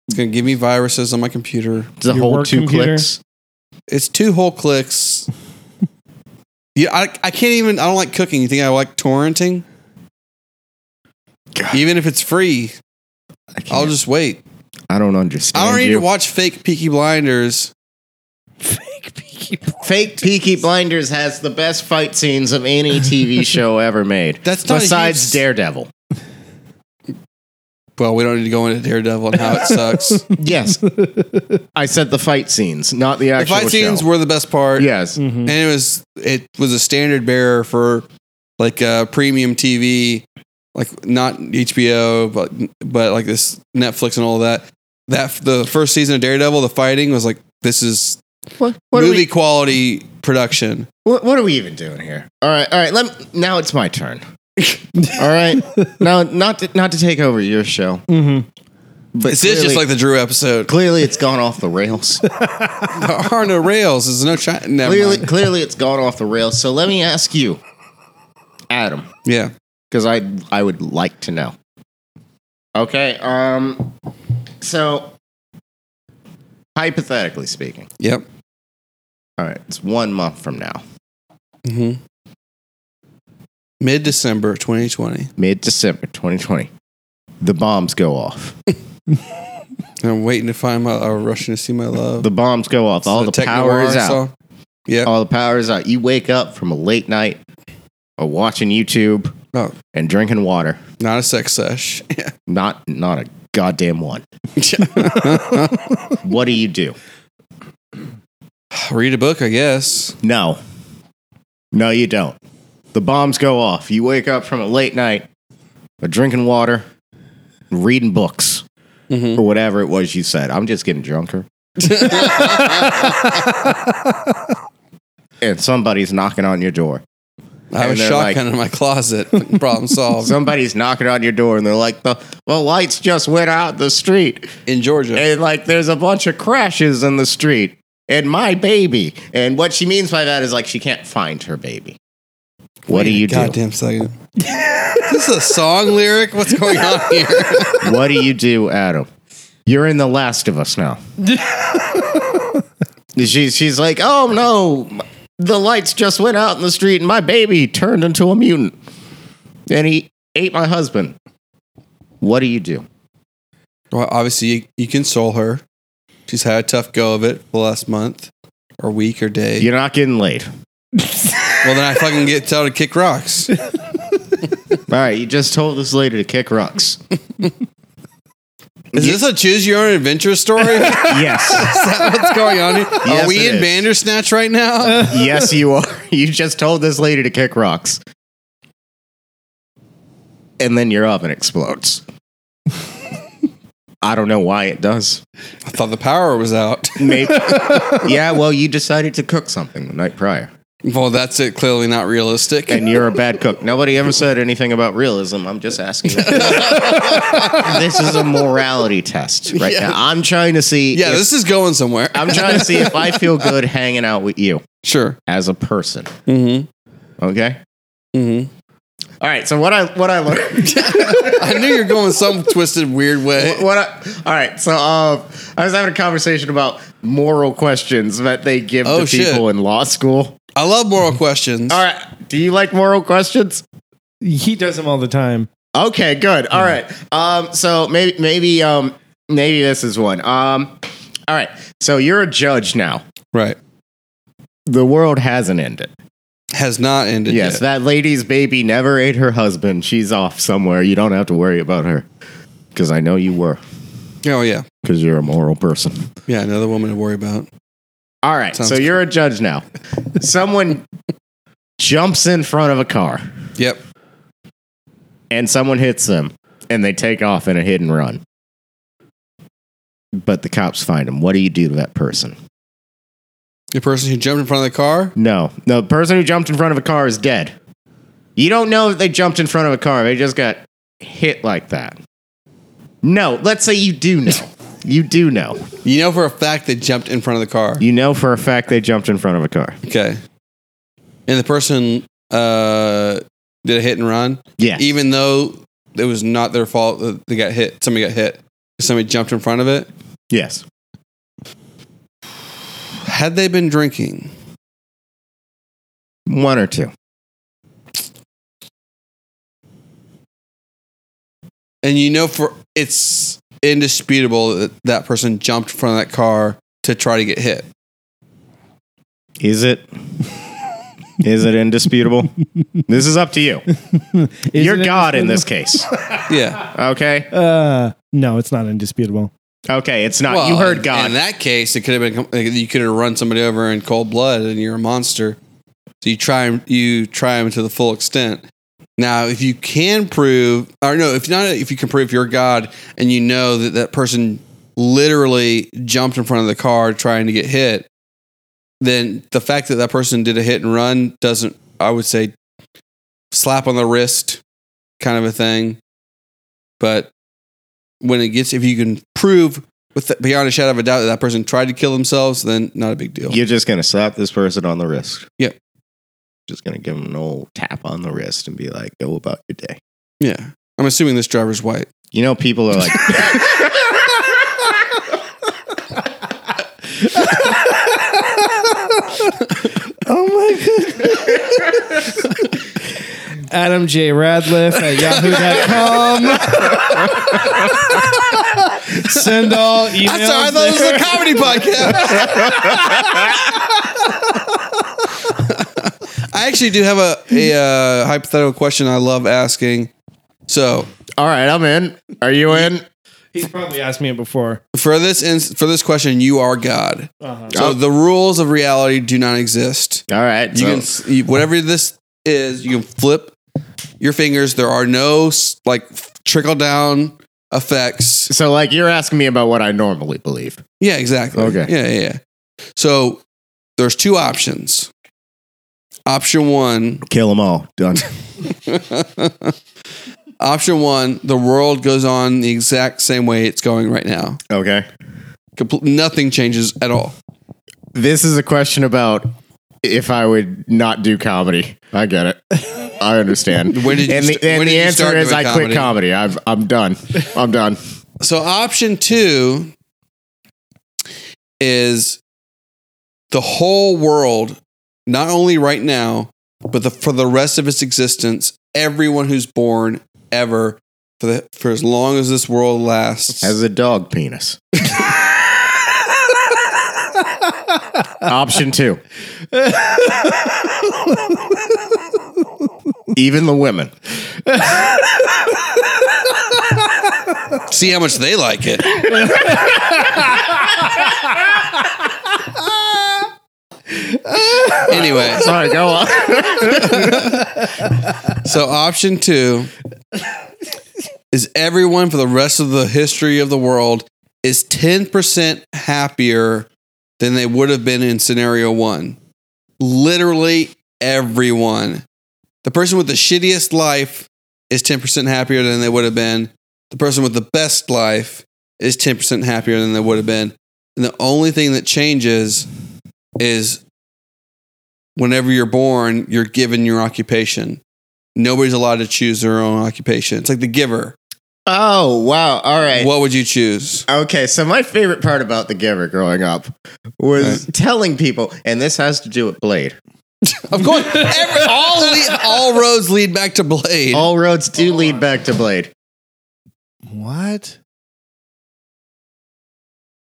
It's gonna give me viruses on my computer. it's a your whole work two computer. clicks. It's two whole clicks. yeah, I, I can't even. I don't like cooking. You think I like torrenting? God. Even if it's free, I, can't, I'll just wait. I don't understand. I don't need you. to watch fake Peaky Blinders. Fake Peaky Blinders has the best fight scenes of any TV show ever made. That's not a besides huge- Daredevil. Well, we don't need to go into Daredevil and how it sucks. Yes, I said the fight scenes, not the the actual fight scenes show. were Mm. the best part. yes, and it was it was a standard bearer for like uh, premium TV, like not HBO, but but like this Netflix and all that. That the first season of Daredevil, the fighting was like this is what, what, movie Are we, quality production. what, what are we even doing here? All right, all right. Let me- now it's my turn. all right, now not to, not to take over your show, Mhm. but Mm-hmm. This is just like the Drew episode. clearly it's gone off the rails. There are no rails. There's no China. Never clearly, mind. clearly it's gone off the rails. So let me ask you, Adam. Yeah. because I I would like to know. Okay. Um. So, hypothetically speaking, Yep. all right, it's one month from now, hmm Mid December 2020. mid December 2020, the bombs go off. I'm waiting to find my uh, rushing to see my love. The bombs go off. all the, Techno power is Noir out. song. Yeah. All the power is out. You wake up from a late night of watching YouTube Oh, and drinking water. not a sex sesh. Yeah. Not not a goddamn one. What do you do? Read a book, I guess. No. No, you don't. The bombs go off. You wake up from a late night of drinking water, reading books, or whatever it was you said. I'm just getting drunker. and somebody's knocking on your door. I have a And they're shotgun like- in my closet. Problem solved. Somebody's knocking on your door, and they're like, the, the lights just went out the street. In Georgia. and like there's a bunch of crashes in the street and my baby and what she means by that is like she can't find her baby what do you do Goddamn second. is this a song lyric? What's going on here? what do you do adam you're in the last of us now she's, she's like oh no the lights just went out in the street and my baby turned into a mutant and he ate my husband what do you do Well, obviously, you, you console her. She's had a tough go of it for the last month or week or day. you're not getting laid Well, then I fucking get tell her to kick rocks. all right you just told this lady to kick rocks Is this a choose your own adventure story? Is that yes what's going on here? Yes, Are we it in is. Bandersnatch right now? yes, you are. You just told this lady to kick rocks. And then your oven explodes. I don't know why it does. I thought the power was out. Maybe. yeah, well, you decided to cook something the night prior. Well, that's it. Clearly not realistic. and you're a bad cook. Nobody ever said anything about realism. I'm just asking. this is a morality test right Yeah. now. I'm trying to see. yeah, if- this is going somewhere. I'm trying to see if I feel good hanging out with you sure. as a person. Mm-hmm. Okay. Mm-hmm. All right. So what I what I learned. I knew you're going some twisted, weird way. What I, all right, so um, I was having a conversation about moral questions that they give Oh, to shit. people in law school. I love moral questions. All right, do you like moral questions? He does them all the time. Okay, good. All right. Um, so maybe maybe um maybe this is one. Um, all right. So you're a judge now. Right. The world hasn't ended. Has not ended Yes, yet. that lady's baby never ate her husband. She's off somewhere. You don't have to worry about her because I know you were oh, yeah. because you're a moral person. Yeah, another woman to worry about. All right. Sounds so you're a judge now. Someone jumps in front of a car Yep. and someone hits them and they take off in a hit and run. But the cops find them. What do you do to that person? The person who jumped in front of the car. No. The person who jumped in front of a car is dead. You don't know that they jumped in front of a car. They just got hit like that. No, let's say you do know. You do know. You know for a fact they jumped in front of the car. You know for a fact they jumped in front of a car. Okay. And the person uh, did a hit and run, Yeah. even though it was not their fault that they got hit. Somebody got hit. Somebody jumped in front of it. Yes. Had they been drinking? One or two. and you know for it's indisputable that that person jumped in front of that car to try to get hit. Is it? Is it indisputable? this is up to you. Is You're it God in this indisputable? case. Yeah, Okay. Uh, no, it's not indisputable. Okay. It's not. you Well, heard in- God. In that case, it could have been you could have run somebody over in cold blood, and you're a monster. So you try 'em- you try him to the full extent. Now, if you can prove, or no, if not, if you can prove you're God, and you know that that person literally jumped in front of the car trying to get hit, then the fact that that person did a hit and run doesn't, I would say, slap on the wrist kind of a thing. But when it gets, if you can prove with the, beyond a shadow of a doubt that that person tried to kill themselves, then not a big deal. You're just gonna slap this person on the wrist. Yep. Just gonna give him an old tap on the wrist and be like, "Go about your day." Yeah. I'm assuming this driver's white. You know, people are like, Oh my goodness. Adam J. Radliff at yahoo.com. Send all emails. I'm sorry, I thought it was a comedy podcast. I actually do have a, a uh, hypothetical question I love asking. So "All right, I'm in. Are you in?" He's probably asked me it before. for this ins- for this question, you are God. So Oh. the rules of reality do not exist. All right. You so- can s- you, whatever this is, you can flip your fingers. There are no s- like trickle down effects. so, like, you're asking me about what I normally believe. Yeah, exactly. Okay. Yeah, yeah, yeah. So there's two options. Option one, Kill them all. Done. option one, the world goes on the exact same way it's going right now. okay. Compl- nothing changes at all. This is a question about if I would not do comedy. I get it. I understand. When did you and st- the, when and did the you answer start is I doing quit comedy. I'm I'm done. I'm done. So option two is the whole world, not only right now, but the, for the rest of its existence, everyone who's born ever for the, for as long as this world lasts. Has a dog penis. Option two. Even the women. See how much they like it. anyway, Sorry, go on. so option two is everyone for the rest of the history of the world is 10% happier than they would have been in scenario one. literally everyone. The person with the shittiest life is 10% happier than they would have been. The person with the best life is 10% happier than they would have been. And the only thing that changes is whenever you're born, you're given your occupation. Nobody's allowed to choose their own occupation. It's like the giver. Oh, wow. All right. What would you choose? Okay, so my favorite part about The Giver growing up was telling people, and this has to do with Blade. Of course, every, all le- all roads lead back to Blade. All roads do lead back to Blade. What?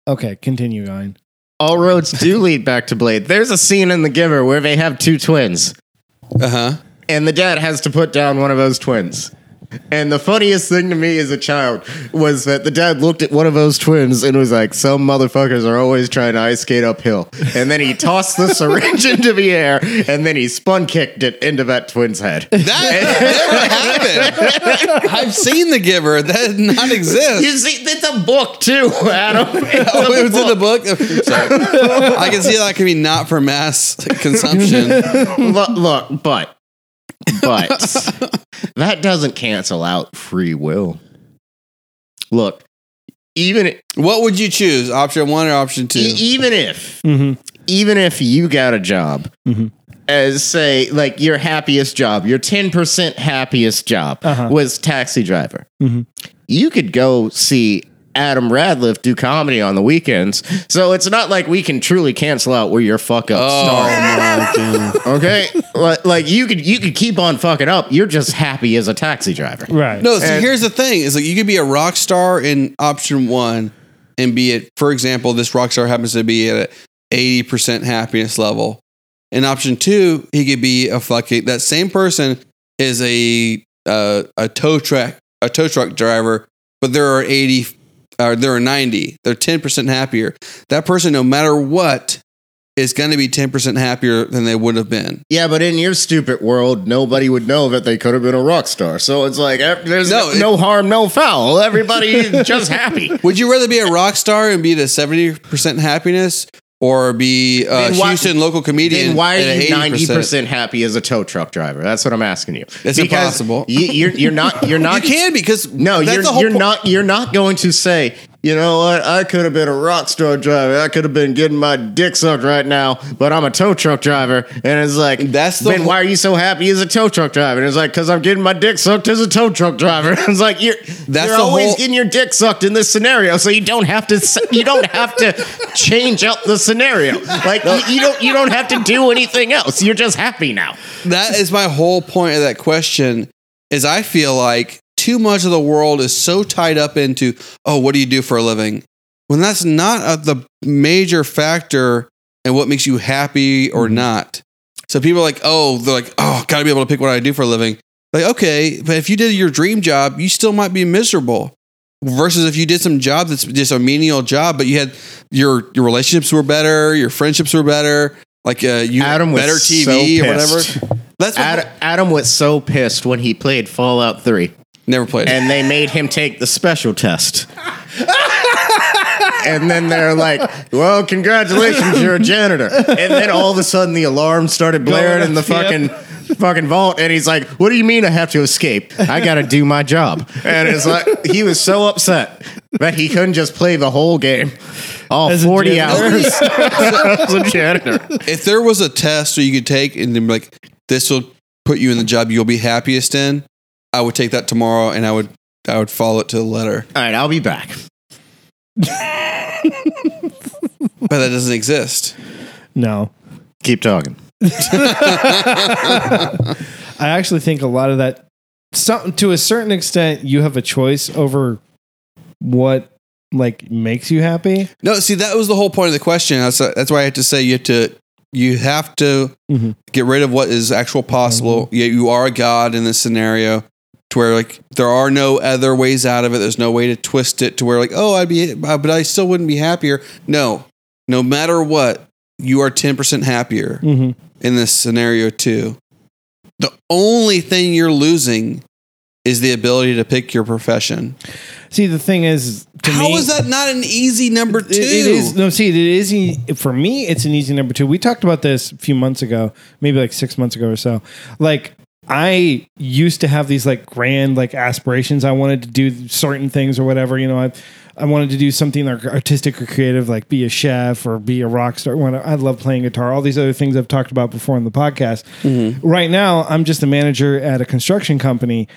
Okay, continue on. All roads do lead back to Blade. There's a scene in The Giver where they have two twins, Uh huh. and the dad has to put down one of those twins. And the funniest thing to me as a child was that the dad looked at one of those twins and was like, Some motherfuckers are always trying to ice skate uphill. And then he tossed the syringe into the air, and then he spun kicked it into that twin's head. That never happened. I've seen The Giver. That did not exist. You see, it's a book too, Adam. Oh, it was in the book. Sorry. I can see that can be not for mass consumption. look, look, but but that doesn't cancel out free will. Look, even e- What would you choose? Option one or option two? even if Mm-hmm. even if you got a job Mhm. as say like your happiest job, your ten percent happiest job Uh-huh. was taxi driver. Mhm. You could go see. Adam Radliff do comedy on the weekends, so it's not like we can truly cancel out where your fuck up Oh started. my god! Okay, like, like you could you could keep on fucking up. You're just happy as a taxi driver. Right. No, so And- here's the thing: is like you could be a rock star in option one, and be it. For example, this rock star happens to be at eighty percent happiness level. In option two, he could be a fucking that same person is a uh, a tow truck a tow truck driver, but there are eighty or there are ninety. They're ten percent happier. That person, no matter what, is going to be ten percent happier than they would have been. Yeah, but in your stupid world, nobody would know that they could have been a rock star. So it's like eh, there's No, no, it- no harm, no foul. Everybody is just happy. Would you rather be a rock star and be at a seventy percent happiness, or be a Then why- Houston local comedian? Then why at are you 80%? ninety percent happy as a tow truck driver? That's what I'm asking you. Because It's impossible. You, you're you're not you're You not can because No, that's you're, the whole you're po- not. You're not going to say. You know what? I could have been a rock star driver. I could have been getting my dick sucked right now, but I'm a tow truck driver, and it's like That's the Then wh- why are you so happy as a tow truck driver? And it's like because I'm getting my dick sucked as a tow truck driver. it's like you're That's you're the always whole- getting your dick sucked in this scenario, so you don't have to s- you don't have to change up the scenario. Like you, you don't you don't have to do anything else. You're just happy now. that is my whole point of that question is i feel like too much of the world is so tied up into oh what do you do for a living when that's not a, the major factor in what makes you happy Mm-hmm. or not so people are like oh they're like oh gotta be able to pick what i do for a living like okay but if you did your dream job you still might be miserable versus if you did some job that's just a menial job but you had your your relationships were better your friendships were better like uh, you had Adam was better so tv or whatever pissed. that's what Adam, Adam was so pissed when he played Fallout Three. never played. it. and they made him take the special test. and then they're like, "Well, congratulations, you're a janitor." And then all of a sudden, the alarm started blaring in the fucking fucking vault, and he's like, "What do you mean I have to escape? I got to do my job." And it's like he was so upset that he couldn't just play the whole game, all As a forty janitor. hours as a janitor. if there was a test that you could take and then be like this will put you in the job you'll be happiest in, I would take that tomorrow and I would I would follow it to the letter. All right, I'll be back. But that doesn't exist. No. Keep talking. I actually think a lot of that, some, to a certain extent, you have a choice over what like makes you happy. No, see that was the whole point of the question. That's uh, that's why I had to say you have to you have to Mhm. get rid of what is actual possible. Mm-hmm. Yeah, you are a god in this scenario to where like there are no other ways out of it. There's no way to twist it to where like oh I'd be but I still wouldn't be happier. No, no matter what, you are ten percent happier. Mm-hmm. in this scenario too. The only thing you're losing is the ability to pick your profession. See, the thing is, to How me, is that not an easy number two? It, it is no. See, it is e- for me. It's an easy number two. We talked about this a few months ago, maybe like six months ago or so. Like I used to have these like grand like aspirations. I wanted to do certain things or whatever. You know, I I wanted to do something like artistic or creative, like be a chef or be a rock star. When I, I love playing guitar, all these other things I've talked about before on the podcast. Mm-hmm. Right now, I'm just a manager at a construction company.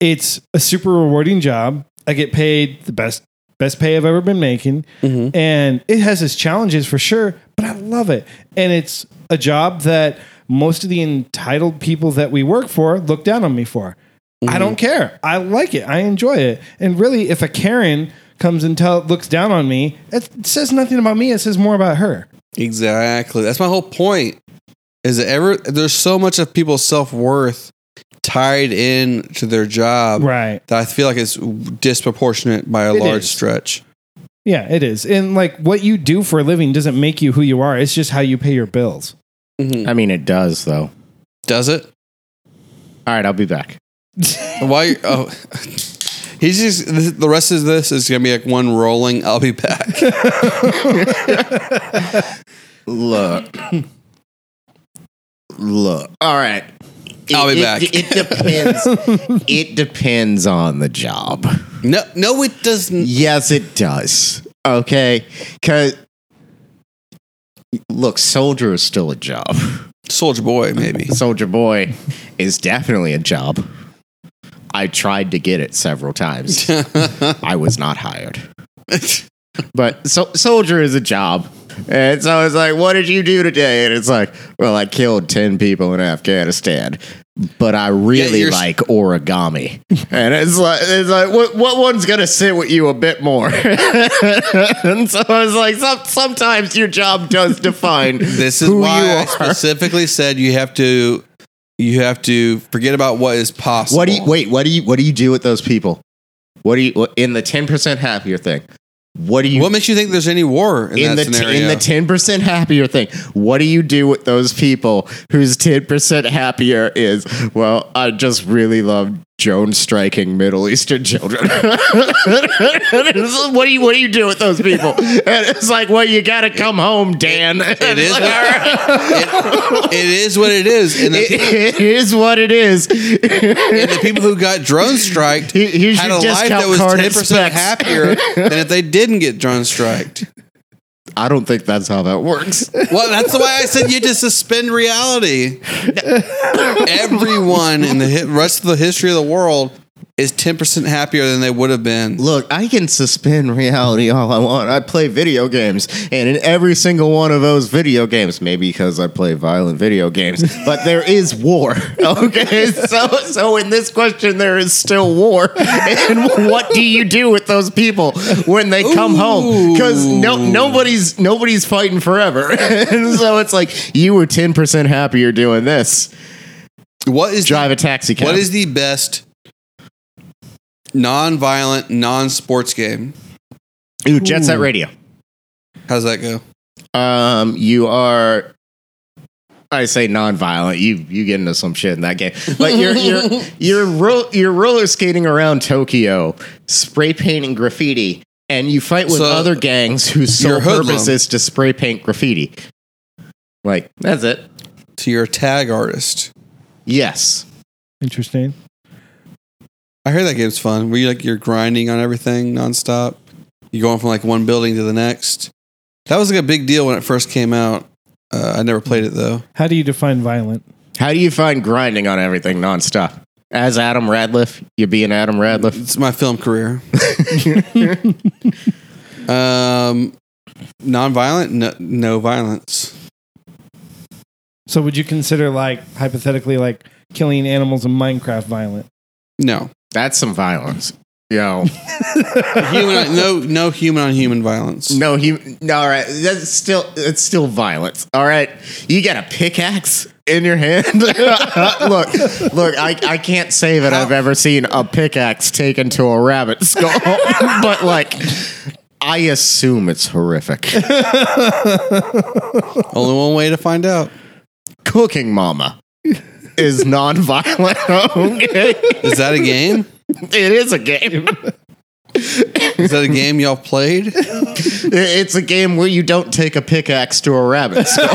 It's a super rewarding job. I get paid the best best pay I've ever been making. And it has its challenges for sure, but I love it. And it's a job that most of the entitled people that we work for look down on me for. I don't care. I like it. I enjoy it. And really, if a Karen comes and tell, looks down on me, it says nothing about me. It says more about her. Exactly. That's my whole point. Is that ever there's so much of people's self worth tied in to their job Right. that I feel like it's disproportionate by a It large is. stretch. Yeah, it is. And like what you do for a living doesn't make you who you are. It's just how you pay your bills. I mean, it does though. Does it? All right, I'll be back. Why? Oh, he's just th- the rest of this is gonna be like one rolling. I'll be back. Look. Look. All right. I'll be It- back. It, it depends. it depends on the job. no, no, it doesn't. Yes, it does. Okay. Cause look, soldier is still a job. Soldier Boy, maybe. Soldier boy is definitely a job. I tried to get it several times. I was not hired. But so, soldier is a job. And so it's like, what did you do today? And it's like, well, I killed 10 people in Afghanistan, but I really you're s- like origami. and it's like, it's like what, what one's going to sit with you a bit more? and so I was like, some, sometimes your job does define This is who you why I are. specifically said you have to you have to forget about what is possible. What do you wait? What do you what do you do with those people? What do you what- in the ten percent happier thing? What do you What makes you think there's any war in, in that the scenario? in the ten percent happier thing? What do you do with those people whose ten percent happier is? Well, I just really love Joan striking Middle Eastern children. It's like, what do you what do you do with those people? And it's like, well, you got to come home, Dan. it is. What, it- it is what it is. And the, people, it is what it is. and the people who got drone striked Here- here's had your a life discount that was card at ten percent Specs. happier than if they didn't get drone striked. I don't think that's how that works. Well, that's why I said you just suspend reality. Everyone in the hi- rest of the history of the world is ten percent happier than they would have been. Look, I can suspend reality all I want. I play video games, and in every single one of those video games, maybe because I play violent video games, but there is war. Okay, so so in this question, there is still war. And what do you do with those people when they come home? Because no nobody's nobody's fighting forever, and so it's like you were ten percent happier doing this. What is Drive a taxi cab. What is the best non-violent, non-sports game? Ooh, Jet Set Radio? How's that go? um, you are I say nonviolent. You you get into some shit in that game, but you're you're you're, ro- you're roller skating around Tokyo, spray painting graffiti, and you fight with So, other gangs whose you're a sole hoodlum. purpose is to spray paint graffiti. Like that's it. To your tag artist. Yes, Interesting. I heard that game's fun. Where you like you're grinding on everything nonstop. You're going from like one building to the next. That was like a big deal when it first came out. Uh, I never played it though. How do you define violent? how do you find grinding on everything nonstop? As Adam Radcliffe, you being Adam Radcliffe. It's my film career. um, non-violent, no, no violence. So would you consider like hypothetically like killing animals in Minecraft violent? No That's some violence. Yo. human, no, no human on human violence. No, he. No, all right. That's still. It's still violence. All right. You got a pickaxe in your hand. look, look. I, I can't say that I've ever seen a pickaxe taken to a rabbit skull, but like, I assume it's horrific. Only one way to find out. Cooking mama is non-violent. okay, Is that a game? it is a game. Is that a game y'all played? It's a game where you don't take a pickaxe to a rabbit. So, okay.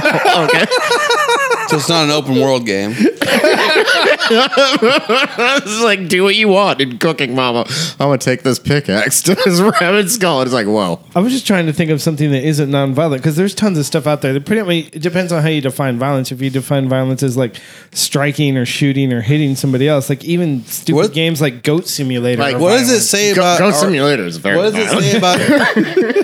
So it's not an open world game. it's like, do what you want in cooking, mama. I'm going to take this pickaxe to this rabbit skull. And it's like, whoa. I was just trying to think of something that isn't nonviolent because there's tons of stuff out there. That pretty much it depends on how you define violence. If you define violence as like striking or shooting or hitting somebody else, like even stupid What- games like Goat Simulator. Like, are What does violent. it say Go, about go our- simulator is very What does it violent. say about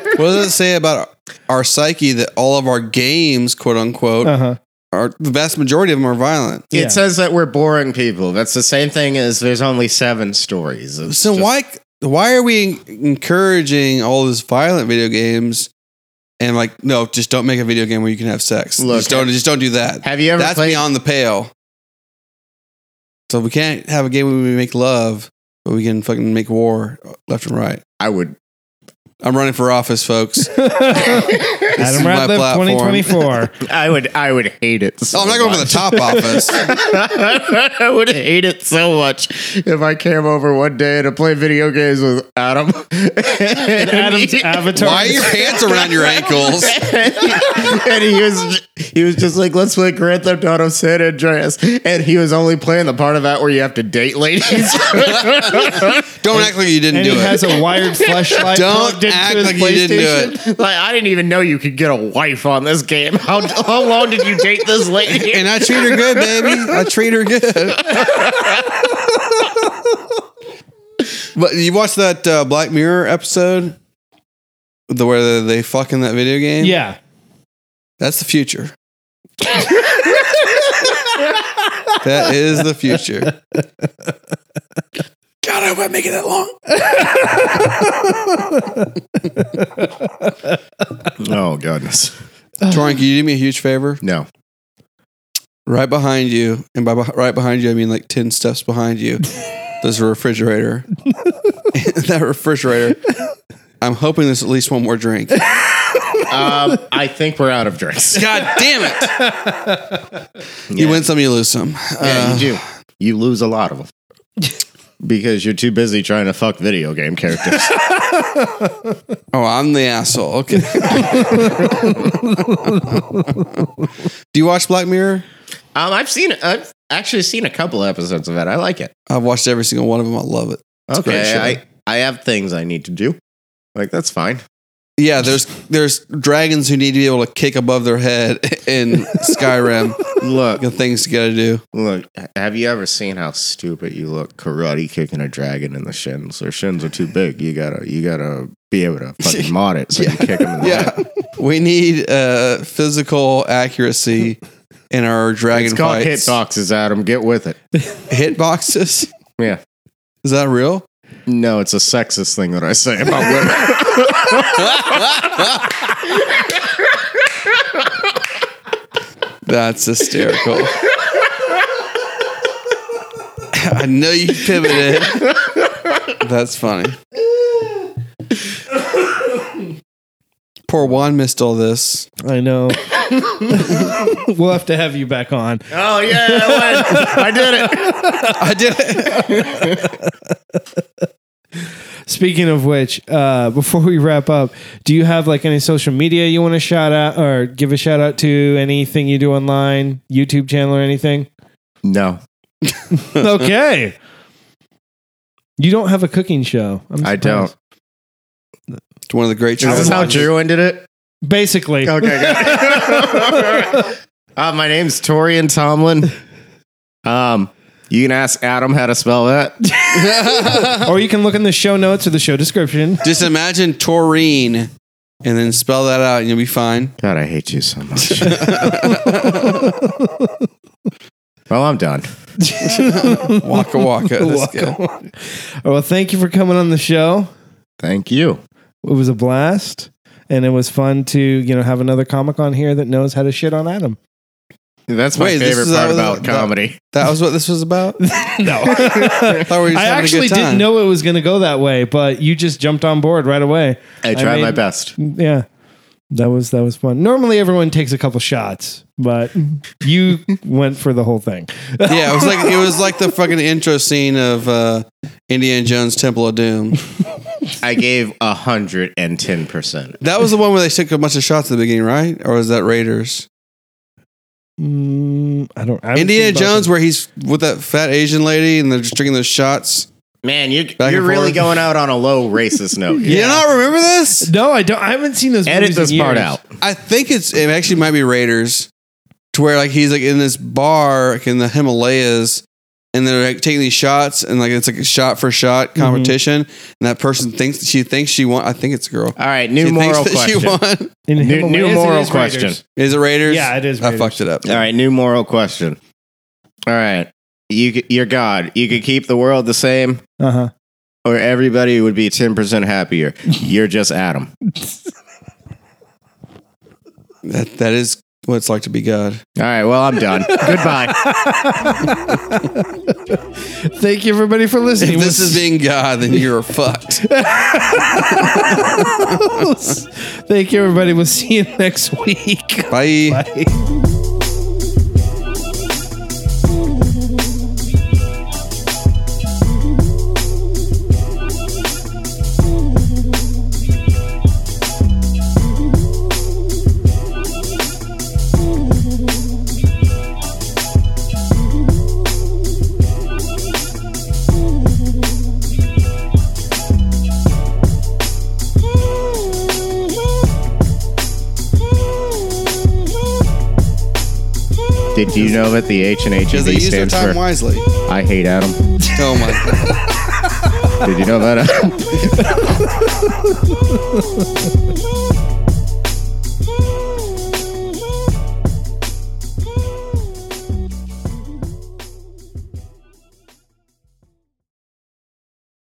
What does it say about our psyche that all of our games, quote unquote, Uh-huh. are the vast majority of them are violent? Yeah. It says that we're boring people. That's the same thing as there's only seven stories. It's So just- why why are we encouraging all these violent video games? And like, no, just don't make a video game where you can have sex. Look, just don't, just don't do that. Have you ever That's played? beyond the pale. So we can't have a game where we make love, but we can fucking make war left and right. I would. I'm running for office, folks. oh, is Adam my Ratliff, platform. 2024. I would. I would hate it. So Oh, I'm not going for the much. top office. I would hate it so much if I came over one day to play video games with Adam. and, Adam's he, avatar. Why are your pants around your ankles? and he was he was just like, let's play Grand Theft Auto San Andreas, and he was only playing the part of that where you have to date ladies. Don't act like you didn't and he do has it. a wired flashlight. Don't plugged into act his like you didn't do PlayStation. it. like I didn't even know you could get a wife on this game. How how long did you date this lady? And I treat her good, baby. I treat her good. but you watched that uh, Black Mirror episode, the where they fuck in that video game. Yeah. That's the future. that is the future. God, I hope I make it that long. Oh goodness, Torin, can you do me a huge favor? no. Right behind you, and by beh- right behind you, I mean like 10 steps behind you, there's a refrigerator. In that refrigerator, I'm hoping there's at least one more drink. God Um, I think we're out of drinks. damn it. You win some, you lose some. Uh, Yeah, you do. You lose a lot of them because you're too busy trying to fuck video game characters. Oh, I'm the asshole. Okay. Do you watch Black Mirror? um, I've seen. I've actually seen a couple episodes of it. I like it. I've watched every single one of them. I love it. It's a great okay, show. I I have things I need to do. Like that's fine. yeah, there's there's dragons who need to be able to kick above their head in Skyrim. Look, Got things you got to do. look. Have you ever seen how stupid you look karate kicking a dragon in the shins? Their shins are too big. You gotta you gotta be able to fucking mod it so you kick them in the head. Yeah, we need uh, physical accuracy in our dragon It's called fights. hitboxes, Adam. Get with it. Hitboxes? Yeah. Is that real? No, it's a sexist thing that I say about women. That's hysterical. I know you pivoted. That's funny. Poor Juan missed all this. I know. we'll have to have you back on. Oh yeah, I, won. I did it. I did it. Speaking of which, uh, before we wrap up, do you have like any social media you want to shout out or give a shout out to? Anything you do online, YouTube channel or anything? No, okay. You don't have a cooking show. I'm I surprised. don't. It's one of the great Is this shows. how Drew ended it? Basically, Okay. good. uh, my name's Torian Tomlin. Um, you can ask Adam how to spell that. or you can look in the show notes or the show description. Just imagine taurine and then spell that out and you'll be fine. God, I hate you so much. well, I'm done. Waka waka. Let's go. Welcome. well, thank you for coming on the show. Thank you. It was a blast, and it was fun to you know have another comic on here that knows how to shit on Adam. That's my Wait, this favorite is part how- about that- comedy. That was what this was about? No. I, thought we were just I having a actually good didn't time. know it was going to go that way, but you just jumped on board right away. I tried made- my best. Yeah. That was that was fun. Normally everyone takes a couple shots, but you went for the whole thing. Yeah, it was like it was like the fucking intro scene of uh, Indiana Jones Temple of Doom. I gave hundred and ten percent. That was the one where they took a bunch of shots at the beginning, right? Or was that Raiders? Mm, I don't. I haven't Indiana seen both of Jones, them. where he's with that fat Asian lady and they're just drinking those shots. Man, you're and you're really forth. going out on a low racist note. You do not remember this? No, I don't. I haven't seen those. Edit movies in this part years. out. I think it's it actually might be Raiders, to where like he's like in this bar like, in the Himalayas, and they're like taking these shots and like it's like a shot for Mm-hmm. shot competition, and that person thinks she thinks she won. I think it's a girl. All right, She new thinks moral that question. she won. In New- Himalayas, new it moral is Raiders. question. Is it Raiders? Yeah, it is I Raiders. fucked it up. All right, new moral question. All right, you c- you're God. You could keep the world the same, Uh huh. or everybody would be ten percent happier. You're just Adam. That that is what it's like to be God. All right, well I'm done. Goodbye. Thank you everybody for listening. If this is being God, then you're fucked. Thank you everybody. We'll see you next week. Bye. Bye. Did you know that the H and H Because they use their stands time for wisely. I hate Adam? Oh my God. Did you know that? Adam?